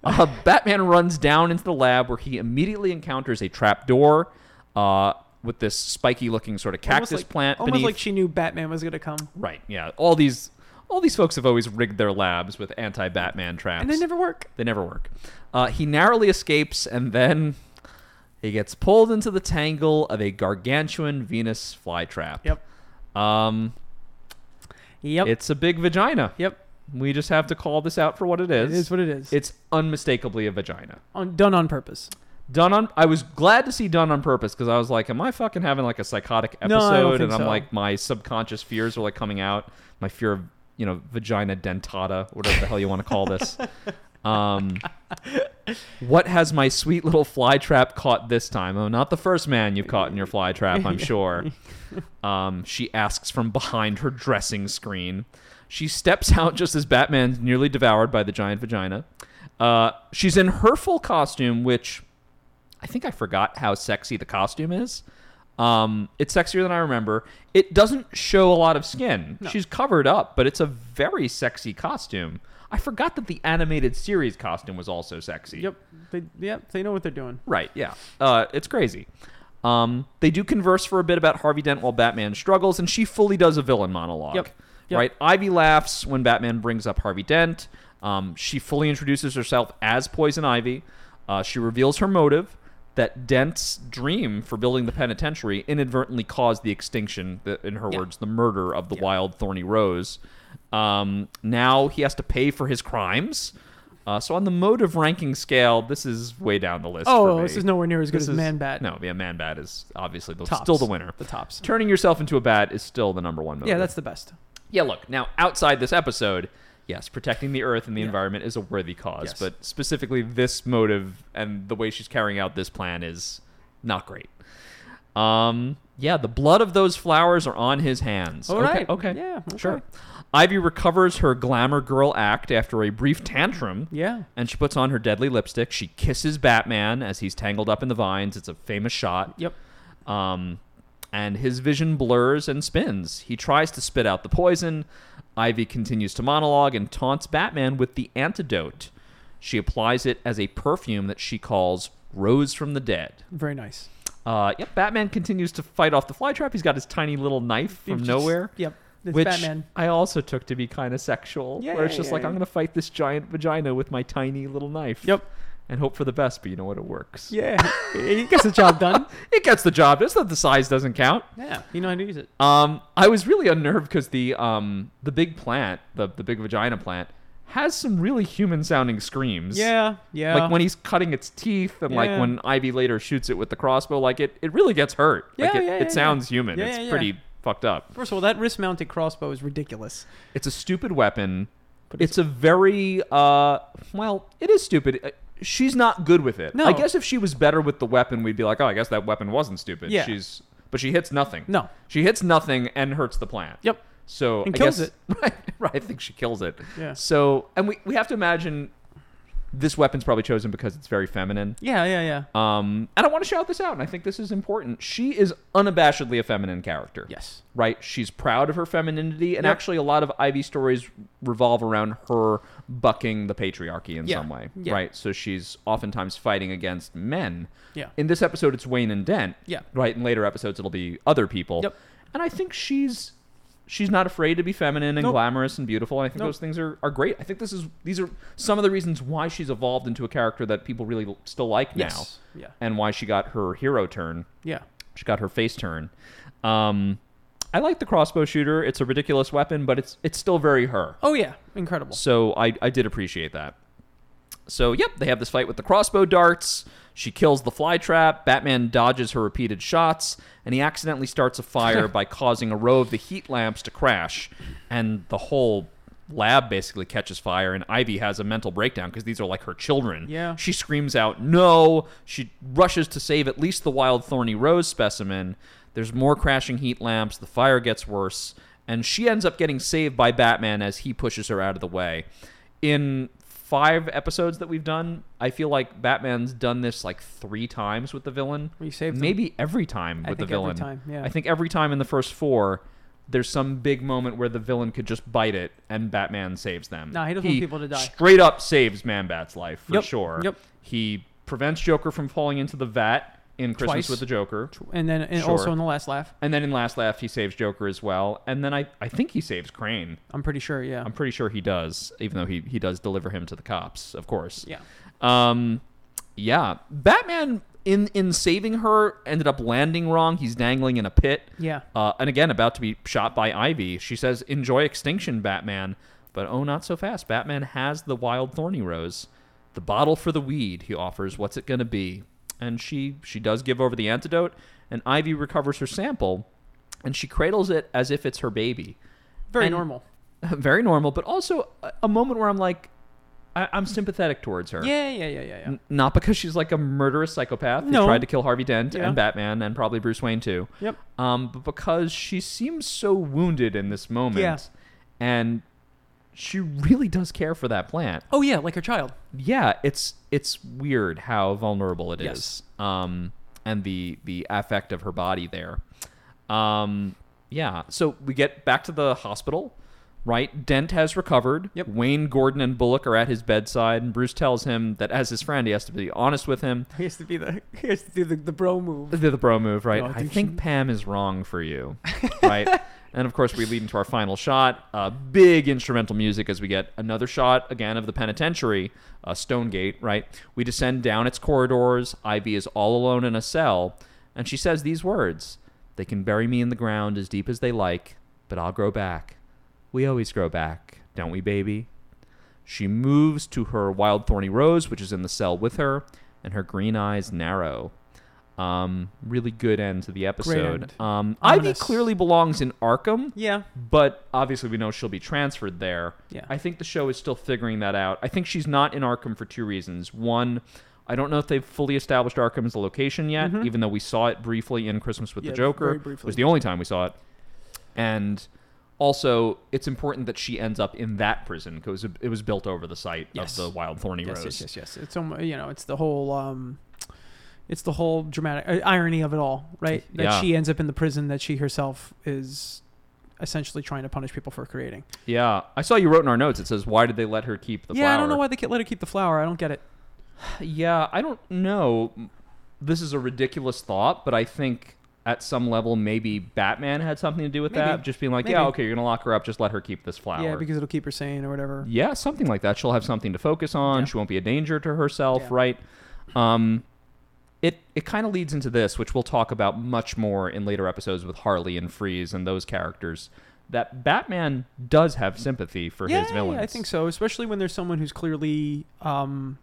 Speaker 1: Uh, Batman runs down into the lab where he immediately encounters a trap door uh, with this spiky looking sort of
Speaker 2: Almost
Speaker 1: cactus
Speaker 2: like-
Speaker 1: plant
Speaker 2: Almost
Speaker 1: beneath.
Speaker 2: like she knew Batman was gonna come,
Speaker 1: right, yeah. All these all these folks have always rigged their labs with anti Batman traps.
Speaker 2: and they never work.
Speaker 1: They never work. Uh, he narrowly escapes, and then he gets pulled into the tangle of a gargantuan Venus flytrap.
Speaker 2: Yep.
Speaker 1: Um,
Speaker 2: Yep.
Speaker 1: it's a big vagina.
Speaker 2: yep.
Speaker 1: We just have to call this out for what it is.
Speaker 2: It is what it is.
Speaker 1: It's unmistakably a vagina.
Speaker 2: on, done on purpose.
Speaker 1: Done on. I was glad to see done on purpose because I was like, "Am I fucking having like a psychotic
Speaker 2: No, I don't
Speaker 1: episode?"
Speaker 2: think
Speaker 1: and I'm
Speaker 2: so.
Speaker 1: like, my subconscious fears are like coming out. My fear of you know vagina dentata, whatever the hell you want to call this. Um, what has my sweet little fly trap caught this time? Oh, not the first man you've caught in your fly trap, I'm sure. Um, she asks from behind her dressing screen. She steps out just as Batman's nearly devoured by the giant vagina. Uh, she's in her full costume, which I think I forgot how sexy the costume is. Um, it's sexier than I remember. It doesn't show a lot of skin. She's covered up, but it's a very sexy costume. I forgot that the animated series costume was also sexy.
Speaker 2: Yep. They yep. They know what they're doing.
Speaker 1: Right, yeah. Uh, it's crazy. Um, they do converse for a bit about Harvey Dent while Batman struggles, and she fully does a villain monologue.
Speaker 2: Yep, yep.
Speaker 1: Right? Ivy laughs when Batman brings up Harvey Dent. Um, she fully introduces herself as Poison Ivy. Uh, she reveals her motive that Dent's dream for building the penitentiary inadvertently caused the extinction, the, in her
Speaker 2: Yeah.
Speaker 1: words, the murder of the wild thorny rose. Um, now he has to pay for his crimes. Uh, so on the motive ranking scale, this is way down the list. for
Speaker 2: Oh,
Speaker 1: me.
Speaker 2: this is nowhere near as good
Speaker 1: This
Speaker 2: as
Speaker 1: is-
Speaker 2: Man Bat.
Speaker 1: No, yeah, Man Bat is obviously the,
Speaker 2: Tops.
Speaker 1: still the winner.
Speaker 2: The tops.
Speaker 1: Turning yourself into a bat is still the number one. Motive.
Speaker 2: Yeah, that's the best.
Speaker 1: yeah. Look, now outside this episode, yes, protecting the earth and the
Speaker 2: Yeah.
Speaker 1: environment is a worthy cause,
Speaker 2: Yes.
Speaker 1: but specifically this motive and the way she's carrying out this plan is not great. Um, yeah, the blood of those flowers are on his hands.
Speaker 2: All
Speaker 1: okay,
Speaker 2: right.
Speaker 1: okay,
Speaker 2: Yeah, okay.
Speaker 1: sure. Ivy recovers her glamour girl act after a brief tantrum
Speaker 2: Yeah.
Speaker 1: and she puts on her deadly lipstick. She kisses Batman as he's tangled up in the vines. It's a famous shot.
Speaker 2: Yep.
Speaker 1: Um, and his vision blurs and spins. He tries to spit out the poison. Ivy continues to monologue and taunts Batman with the antidote. She applies it as a perfume that she calls Rose from the Dead.
Speaker 2: Very nice.
Speaker 1: Uh, yep, Batman continues to fight off the flytrap. He's got his tiny little knife from
Speaker 2: It's just-
Speaker 1: nowhere
Speaker 2: Yep. It's
Speaker 1: which
Speaker 2: Batman.
Speaker 1: I also took to be kind of sexual,
Speaker 2: Yeah,
Speaker 1: where it's just
Speaker 2: yeah,
Speaker 1: like
Speaker 2: yeah.
Speaker 1: I'm gonna fight this giant vagina with my tiny little knife.
Speaker 2: Yep.
Speaker 1: And hope for the best, but you know what? It works.
Speaker 2: Yeah. he gets the job done.
Speaker 1: It gets the job. It's not the size doesn't count.
Speaker 2: Yeah. You know how to use it.
Speaker 1: Um, I was really unnerved because the um the big plant, the the big vagina plant, has some really human sounding screams.
Speaker 2: Yeah. Yeah.
Speaker 1: Like when he's cutting its teeth, and like
Speaker 2: Yeah.
Speaker 1: when Ivy later shoots it with the crossbow, like it, it really gets hurt. like
Speaker 2: Yeah,
Speaker 1: it,
Speaker 2: yeah,
Speaker 1: it
Speaker 2: yeah,
Speaker 1: sounds
Speaker 2: yeah.
Speaker 1: human.
Speaker 2: Yeah,
Speaker 1: it's
Speaker 2: yeah, yeah.
Speaker 1: pretty fucked up.
Speaker 2: First of all, that wrist-mounted crossbow is ridiculous.
Speaker 1: It's a stupid weapon. But it's, a very uh well, it is stupid. Uh, She's not good with it.
Speaker 2: No.
Speaker 1: I guess if she was better with the weapon, we'd be like, "Oh, I guess that weapon wasn't stupid."
Speaker 2: Yeah.
Speaker 1: She's but she hits nothing.
Speaker 2: No.
Speaker 1: She hits nothing and hurts the plant.
Speaker 2: Yep.
Speaker 1: So
Speaker 2: And
Speaker 1: I
Speaker 2: kills
Speaker 1: guess,
Speaker 2: it.
Speaker 1: Right, right. I think she kills it.
Speaker 2: Yeah.
Speaker 1: So and we, we have to imagine this weapon's probably chosen because it's very feminine.
Speaker 2: Yeah. Yeah. Yeah.
Speaker 1: Um, and I want to shout this out, and I think this is important. She is unabashedly a feminine character
Speaker 2: Yes.
Speaker 1: right? She's proud of her femininity, and
Speaker 2: Yep.
Speaker 1: actually, a lot of Ivy stories revolve around her bucking the patriarchy in
Speaker 2: Yeah.
Speaker 1: some way,
Speaker 2: Yeah.
Speaker 1: right? So she's oftentimes fighting against men.
Speaker 2: Yeah.
Speaker 1: In this episode, it's Wayne and Dent.
Speaker 2: Yeah.
Speaker 1: Right. In later episodes, it'll be other people.
Speaker 2: Yep.
Speaker 1: And I think she's she's not afraid to be feminine and
Speaker 2: Nope.
Speaker 1: glamorous and beautiful. And I think
Speaker 2: Nope.
Speaker 1: those things are, are great. I think this is these are some of the reasons why she's evolved into a character that people really l- still like
Speaker 2: Yes.
Speaker 1: now,
Speaker 2: Yeah.
Speaker 1: and why she got her hero turn.
Speaker 2: Yeah.
Speaker 1: She got her face turn. Um, I like the crossbow shooter. It's a ridiculous weapon, but it's it's still very her.
Speaker 2: Oh yeah. Incredible.
Speaker 1: So I, I did appreciate that. So yep, they have this fight with the crossbow darts. She kills the flytrap. Batman dodges her repeated shots, and he accidentally starts a fire by causing a row of the heat lamps to crash, and the whole lab basically catches fire. And Ivy has a mental breakdown because these are like her children.
Speaker 2: Yeah.
Speaker 1: She screams out, "No!" She rushes to save at least the wild thorny rose specimen. There's more crashing heat lamps. The fire gets worse, and she ends up getting saved by Batman as he pushes her out of the way. In five episodes that we've done, I feel like Batman's done this like three times with the villain.
Speaker 2: He saved them.
Speaker 1: maybe every time with
Speaker 2: I
Speaker 1: the
Speaker 2: think every
Speaker 1: villain.
Speaker 2: time, yeah.
Speaker 1: I think every time in the first four. There's some big moment where the villain could just bite it, and Batman saves them.
Speaker 2: No, he doesn't want people to die.
Speaker 1: Straight up saves Man Bat's life for
Speaker 2: Yep,
Speaker 1: sure.
Speaker 2: yep.
Speaker 1: He prevents Joker from falling into the vat in Christmas
Speaker 2: Twice.
Speaker 1: with the Joker.
Speaker 2: And then and
Speaker 1: Sure.
Speaker 2: also in the last laugh,
Speaker 1: And then in Last Laugh, he saves Joker as well. And then I, I think he saves Crane.
Speaker 2: I'm pretty sure. Yeah.
Speaker 1: I'm pretty sure he does, even though he, he does deliver him to the cops, of course.
Speaker 2: yeah.
Speaker 1: Um, yeah. Batman, in, in saving her, ended up landing wrong. He's dangling in a pit.
Speaker 2: Yeah.
Speaker 1: Uh, and again, about to be shot by Ivy. She says, Enjoy extinction, Batman. But oh, not so fast. Batman has the wild thorny rose. The bottle for the weed, he offers. What's it going to be? And she, she does give over the antidote, and Ivy recovers her sample, and she cradles it as if it's her baby.
Speaker 2: Very
Speaker 1: and-
Speaker 2: normal.
Speaker 1: Very normal, but also a, a moment where I'm like, I, I'm sympathetic towards her.
Speaker 2: Yeah. Yeah. Yeah. Yeah. Yeah.
Speaker 1: N- Not because she's like a murderous psychopath who
Speaker 2: No.
Speaker 1: tried to kill Harvey Dent
Speaker 2: Yeah.
Speaker 1: and Batman and probably Bruce Wayne too
Speaker 2: Yep.
Speaker 1: um, but because she seems so wounded in this moment,
Speaker 2: Yeah.
Speaker 1: and she really does care for that plant.
Speaker 2: Oh yeah, like her child.
Speaker 1: Yeah, it's it's weird how vulnerable it is,
Speaker 2: Yes.
Speaker 1: um, and the the affect of her body there. Um, yeah, so we get back to the hospital. Right, Dent has recovered.
Speaker 2: Yep.
Speaker 1: Wayne, Gordon, and Bullock are at his bedside, and Bruce tells him that as his friend, he has to be honest with him.
Speaker 2: He has to be the he has to do the, the bro move.
Speaker 1: The, the bro move, right?
Speaker 2: No,
Speaker 1: I
Speaker 2: dude,
Speaker 1: think
Speaker 2: she-
Speaker 1: Pam is wrong for you, right? and of course, we lead into our final shot. Uh, big instrumental music as we get another shot again of the penitentiary, uh, Stonegate, right? We descend down its corridors. Ivy is all alone in a cell, and she says these words They can bury me in the ground as deep as they like, but I'll grow back. We always grow back, don't we, baby? She moves to her wild thorny rose, which is in the cell with her, and her green eyes narrow. Um, really good end to the episode.
Speaker 2: end.
Speaker 1: Um, Ivy
Speaker 2: Ominous.
Speaker 1: clearly belongs in Arkham,
Speaker 2: Yeah.
Speaker 1: but obviously we know she'll be transferred there.
Speaker 2: Yeah.
Speaker 1: I think the show is still figuring that out. I think she's not in Arkham for two reasons. One, I don't know if they've fully established Arkham as a location yet, even though we saw it briefly in Christmas with
Speaker 2: Mm-hmm. Yeah,
Speaker 1: the Joker.
Speaker 2: very
Speaker 1: It
Speaker 2: briefly.
Speaker 1: was the only time we saw it. And also, it's important that she ends up in that prison because it was built over the site
Speaker 2: Yes.
Speaker 1: of the Wild Thorny
Speaker 2: Yes,
Speaker 1: Rose.
Speaker 2: yes, yes, yes. It's almost, you know, it's the whole um it's the whole dramatic uh, irony of it all, right? That
Speaker 1: Yeah.
Speaker 2: she ends up in the prison that she herself is essentially trying to punish people for creating.
Speaker 1: Yeah, I saw you wrote in our notes. It says, "Why did they let her keep the
Speaker 2: yeah,
Speaker 1: flower?"
Speaker 2: I don't know why they let her keep the flower. I don't get it.
Speaker 1: Yeah, I don't know. This is a ridiculous thought, but I think at some level maybe Batman had something to do with
Speaker 2: Maybe.
Speaker 1: that. Just being like, "Yeah,
Speaker 2: Maybe.
Speaker 1: okay, you're gonna lock her up. Just let her keep this flower."
Speaker 2: Yeah, because it'll keep her sane or whatever.
Speaker 1: Yeah, something like that. She'll have something to focus on.
Speaker 2: Yeah.
Speaker 1: She won't be a danger to herself,
Speaker 2: Yeah.
Speaker 1: right? Um, it it kind of leads into this, which we'll talk about much more in later episodes with Harley and Freeze and those characters. That Batman does have sympathy for
Speaker 2: yeah,
Speaker 1: his villains.
Speaker 2: I think so, especially when there's someone who's clearly um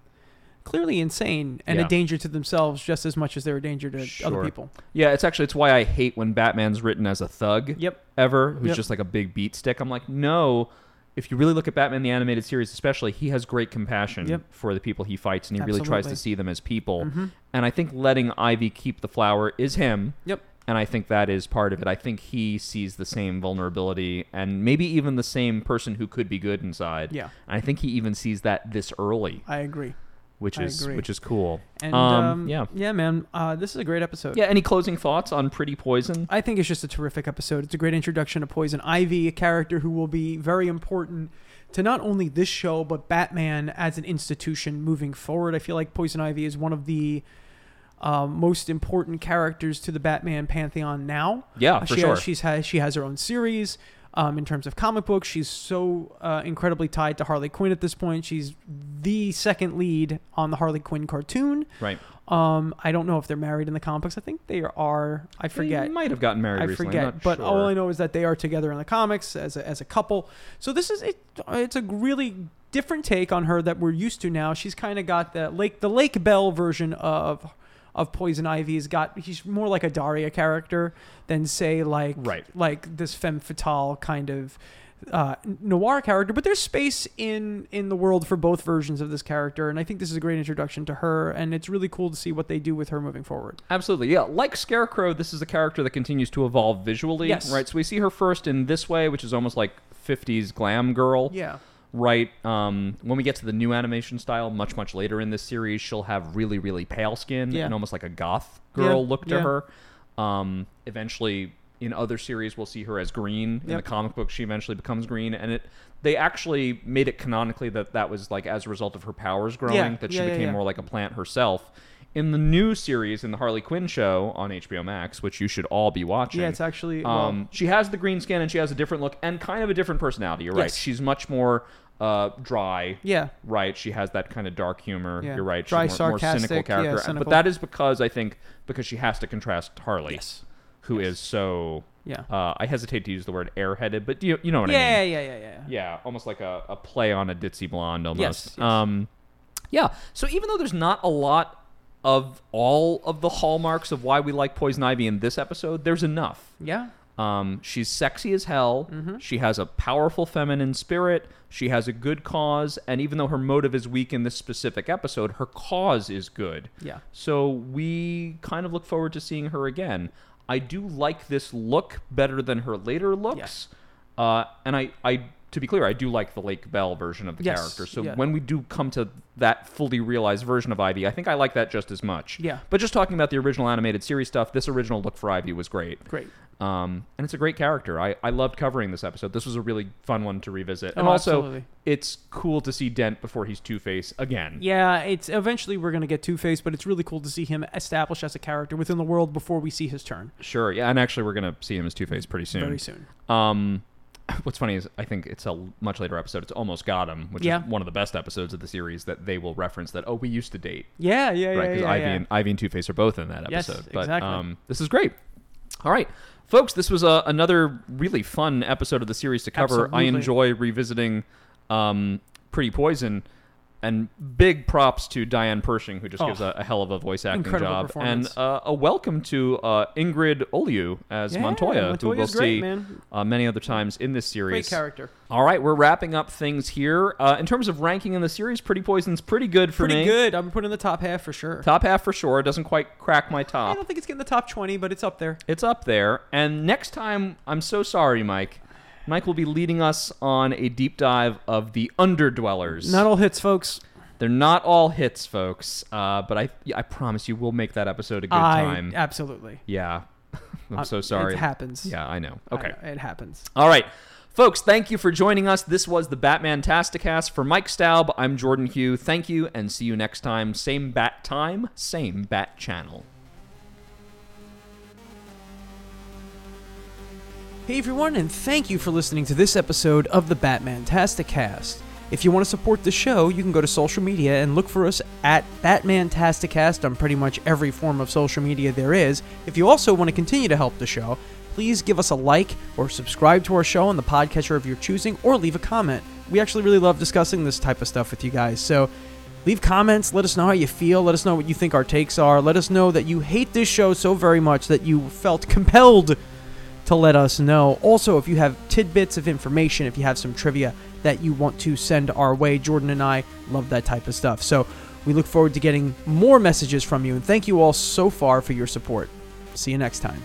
Speaker 2: clearly insane and
Speaker 1: Yeah.
Speaker 2: a danger to themselves just as much as they're a danger to
Speaker 1: Sure.
Speaker 2: other people.
Speaker 1: Yeah, it's actually it's why I hate when Batman's written as a thug
Speaker 2: Yep.
Speaker 1: ever, who's
Speaker 2: Yep.
Speaker 1: just like a big beat stick. I'm like, no. If you really look at Batman the animated series, especially, he has great compassion
Speaker 2: Yep.
Speaker 1: for the people he fights, and he really tries to
Speaker 2: Absolutely. Mm.
Speaker 1: see them as people.
Speaker 2: Mm-hmm.
Speaker 1: And I think letting Ivy keep the flower is him,
Speaker 2: Yep.
Speaker 1: and I think that is part of it. I think he sees the same vulnerability, and maybe even the same person who could be good inside.
Speaker 2: Yeah.
Speaker 1: and I think he even sees that this early,
Speaker 2: I agree.
Speaker 1: which
Speaker 2: I
Speaker 1: is
Speaker 2: agree.
Speaker 1: which is cool.
Speaker 2: And
Speaker 1: Um,
Speaker 2: um,
Speaker 1: yeah,
Speaker 2: yeah, man, uh, this is a great episode.
Speaker 1: yeah. Any closing thoughts on Pretty Poison?
Speaker 2: I think it's just a terrific episode. It's a great introduction to Poison Ivy, a character who will be very important to not only this show but Batman as an institution moving forward. I feel like Poison Ivy is one of the um, most important characters to the Batman pantheon now.
Speaker 1: Yeah, Uh, for
Speaker 2: Uh, she
Speaker 1: sure.
Speaker 2: Has, she's has, she has her own series. Um, in terms of comic books, she's so uh, incredibly tied to Harley Quinn at this point. She's the second lead on the Harley Quinn cartoon.
Speaker 1: Right.
Speaker 2: Um, I don't know if they're married in the comic books. I think they are. I
Speaker 1: They
Speaker 2: forget.
Speaker 1: might have gotten married
Speaker 2: I
Speaker 1: recently.
Speaker 2: forget.
Speaker 1: I'm not
Speaker 2: but
Speaker 1: sure.
Speaker 2: all I know is that they are together in the comics as a, as a couple. So this is it. It's a really different take on her that we're used to now. She's kind of got the lake the Lake Bell version of of Poison Ivy's got. He's more like a Daria character than say like
Speaker 1: Right.
Speaker 2: like this femme fatale kind of uh, noir character, but there's space in in the world for both versions of this character, and I think this is a great introduction to her, and it's really cool to see what they do with her moving forward.
Speaker 1: Absolutely, yeah. Like Scarecrow, this is a character that continues to evolve visually,
Speaker 2: Yes.
Speaker 1: right? So we see her first in this way, which is almost like '50s glam girl,
Speaker 2: Yeah,
Speaker 1: right? Um, when we get to the new animation style, much much later in this series, she'll have really really pale skin
Speaker 2: Yeah.
Speaker 1: and almost like a goth girl
Speaker 2: Yeah,
Speaker 1: look to
Speaker 2: yeah.
Speaker 1: her. Um, eventually, in other series, we'll see her as green. In the
Speaker 2: Yep.
Speaker 1: comic book, she eventually becomes green, and it they actually made it canonically that that was like as a result of her powers growing
Speaker 2: Yeah,
Speaker 1: that she
Speaker 2: yeah, yeah,
Speaker 1: became
Speaker 2: yeah.
Speaker 1: more like a plant herself. In the new series, in the Harley Quinn show on HBO Max, which you should all be watching,
Speaker 2: yeah, it's actually well,
Speaker 1: um, she has the green skin and she has a different look and kind of a different personality. You're right.
Speaker 2: Yes.
Speaker 1: She's much more uh, dry.
Speaker 2: yeah,
Speaker 1: Right. She has that kind of dark humor.
Speaker 2: Yeah.
Speaker 1: You're right. She's more,
Speaker 2: Dry,
Speaker 1: more
Speaker 2: sarcastic,
Speaker 1: cynical
Speaker 2: yeah,
Speaker 1: character. But
Speaker 2: cynical.
Speaker 1: that is because I think because she has to contrast Harley,
Speaker 2: yes,
Speaker 1: who is so.
Speaker 2: yeah.
Speaker 1: Uh, I hesitate to use the word airheaded, but you, you know what I mean
Speaker 2: yeah, yeah, yeah, yeah, yeah.
Speaker 1: yeah, almost like a, a play on a ditzy blonde almost.
Speaker 2: Yes, yes.
Speaker 1: Um yeah, so even though there's not a lot of all of the hallmarks of why we like Poison Ivy in this episode, there's enough.
Speaker 2: Yeah.
Speaker 1: Um, she's sexy as hell.
Speaker 2: Mm-hmm.
Speaker 1: She has a powerful feminine spirit. She has a good cause, and even though her motive is weak in this specific episode, her cause is good.
Speaker 2: Yeah.
Speaker 1: So we kind of look forward to seeing her again. I do like this look better than her later looks. Uh, and I, I, to be clear, I do like the Lake Bell version of the
Speaker 2: Yes,
Speaker 1: character. So
Speaker 2: yeah.
Speaker 1: when we do come to that fully realized version of Ivy, I think I like that just as much.
Speaker 2: Yeah.
Speaker 1: But just talking about the original animated series stuff, this original look for Ivy was great.
Speaker 2: Great.
Speaker 1: Um, and it's a great character. I, I loved covering this episode. This was a really fun one to revisit. And
Speaker 2: Oh,
Speaker 1: also,
Speaker 2: absolutely.
Speaker 1: it's cool to see Dent before he's Two Face again.
Speaker 2: Yeah, it's eventually we're gonna get Two Face, but it's really cool to see him established as a character within the world before we see his turn
Speaker 1: Sure. Yeah. And actually, we're going to see him as Two Face pretty soon.
Speaker 2: very soon.
Speaker 1: Um, what's funny is I think it's a l- much later episode. It's almost got him, which
Speaker 2: Yeah.
Speaker 1: is one of the best episodes of the series that they will reference that. Oh, we used to date,
Speaker 2: Yeah, yeah, yeah,
Speaker 1: right?
Speaker 2: yeah.
Speaker 1: Ivy
Speaker 2: yeah.
Speaker 1: and Ivy and Two Face are both in that
Speaker 2: Yes,
Speaker 1: episode. but
Speaker 2: exactly.
Speaker 1: um, this is great. All right, folks, this was uh, another really fun episode of the series to cover. I
Speaker 2: Absolutely.
Speaker 1: enjoy revisiting um, Pretty Poison. and big props to Diane Pershing, who just
Speaker 2: Oh.
Speaker 1: gives a, a hell of a voice acting
Speaker 2: Incredible
Speaker 1: job, and
Speaker 2: performance.
Speaker 1: uh, a welcome to uh, Ingrid Oliu as
Speaker 2: Yeah,
Speaker 1: Montoya, who we'll
Speaker 2: Montoya's great,
Speaker 1: see
Speaker 2: man.
Speaker 1: Uh, many other times in this series.
Speaker 2: Great character.
Speaker 1: All right, we're wrapping up things here. Uh, in terms of ranking in the series, Pretty Poison's pretty good for
Speaker 2: Pretty
Speaker 1: me.
Speaker 2: good. I'm putting in the top half for sure.
Speaker 1: Top half for sure. It doesn't quite crack my
Speaker 2: I
Speaker 1: top.
Speaker 2: don't think it's getting the top 20, but it's up there.
Speaker 1: It's up there. And next time, I'm so sorry, Mike. Mike will be leading us on a deep dive of the Underdwellers.
Speaker 2: Not all hits, folks.
Speaker 1: They're not all hits, folks. Uh, but I, I promise you, we'll make that episode a good
Speaker 2: I
Speaker 1: time.
Speaker 2: absolutely.
Speaker 1: yeah. I'm
Speaker 2: Uh,
Speaker 1: so sorry.
Speaker 2: It happens.
Speaker 1: Yeah, I know.
Speaker 2: I
Speaker 1: Okay.
Speaker 2: know, it happens.
Speaker 1: All right. Folks, thank you for joining us. This was the Batman Tasticast. For Mike Staub, I'm Jordan Hugh. Thank you and see you next time. Same bat time, same bat channel.
Speaker 2: Hey everyone, and thank you for listening to this episode of the Batman Tasticast. If you want to support the show, you can go to social media and look for us at Batman Tasticast on pretty much every form of social media there is. If you also want to continue to help the show, please give us a like or subscribe to our show on the podcatcher of your choosing or leave a comment. We actually really love discussing this type of stuff with you guys, so Leave comments. Let us know how you feel. Let us know what you think our takes are. Let us know that you hate this show so very much that you felt compelled to let us know. Also, if you have tidbits of information, if you have some trivia that you want to send our way, Jordan and I love that type of stuff. So we look forward to getting more messages from you. And thank you all so far for your support. See you next time.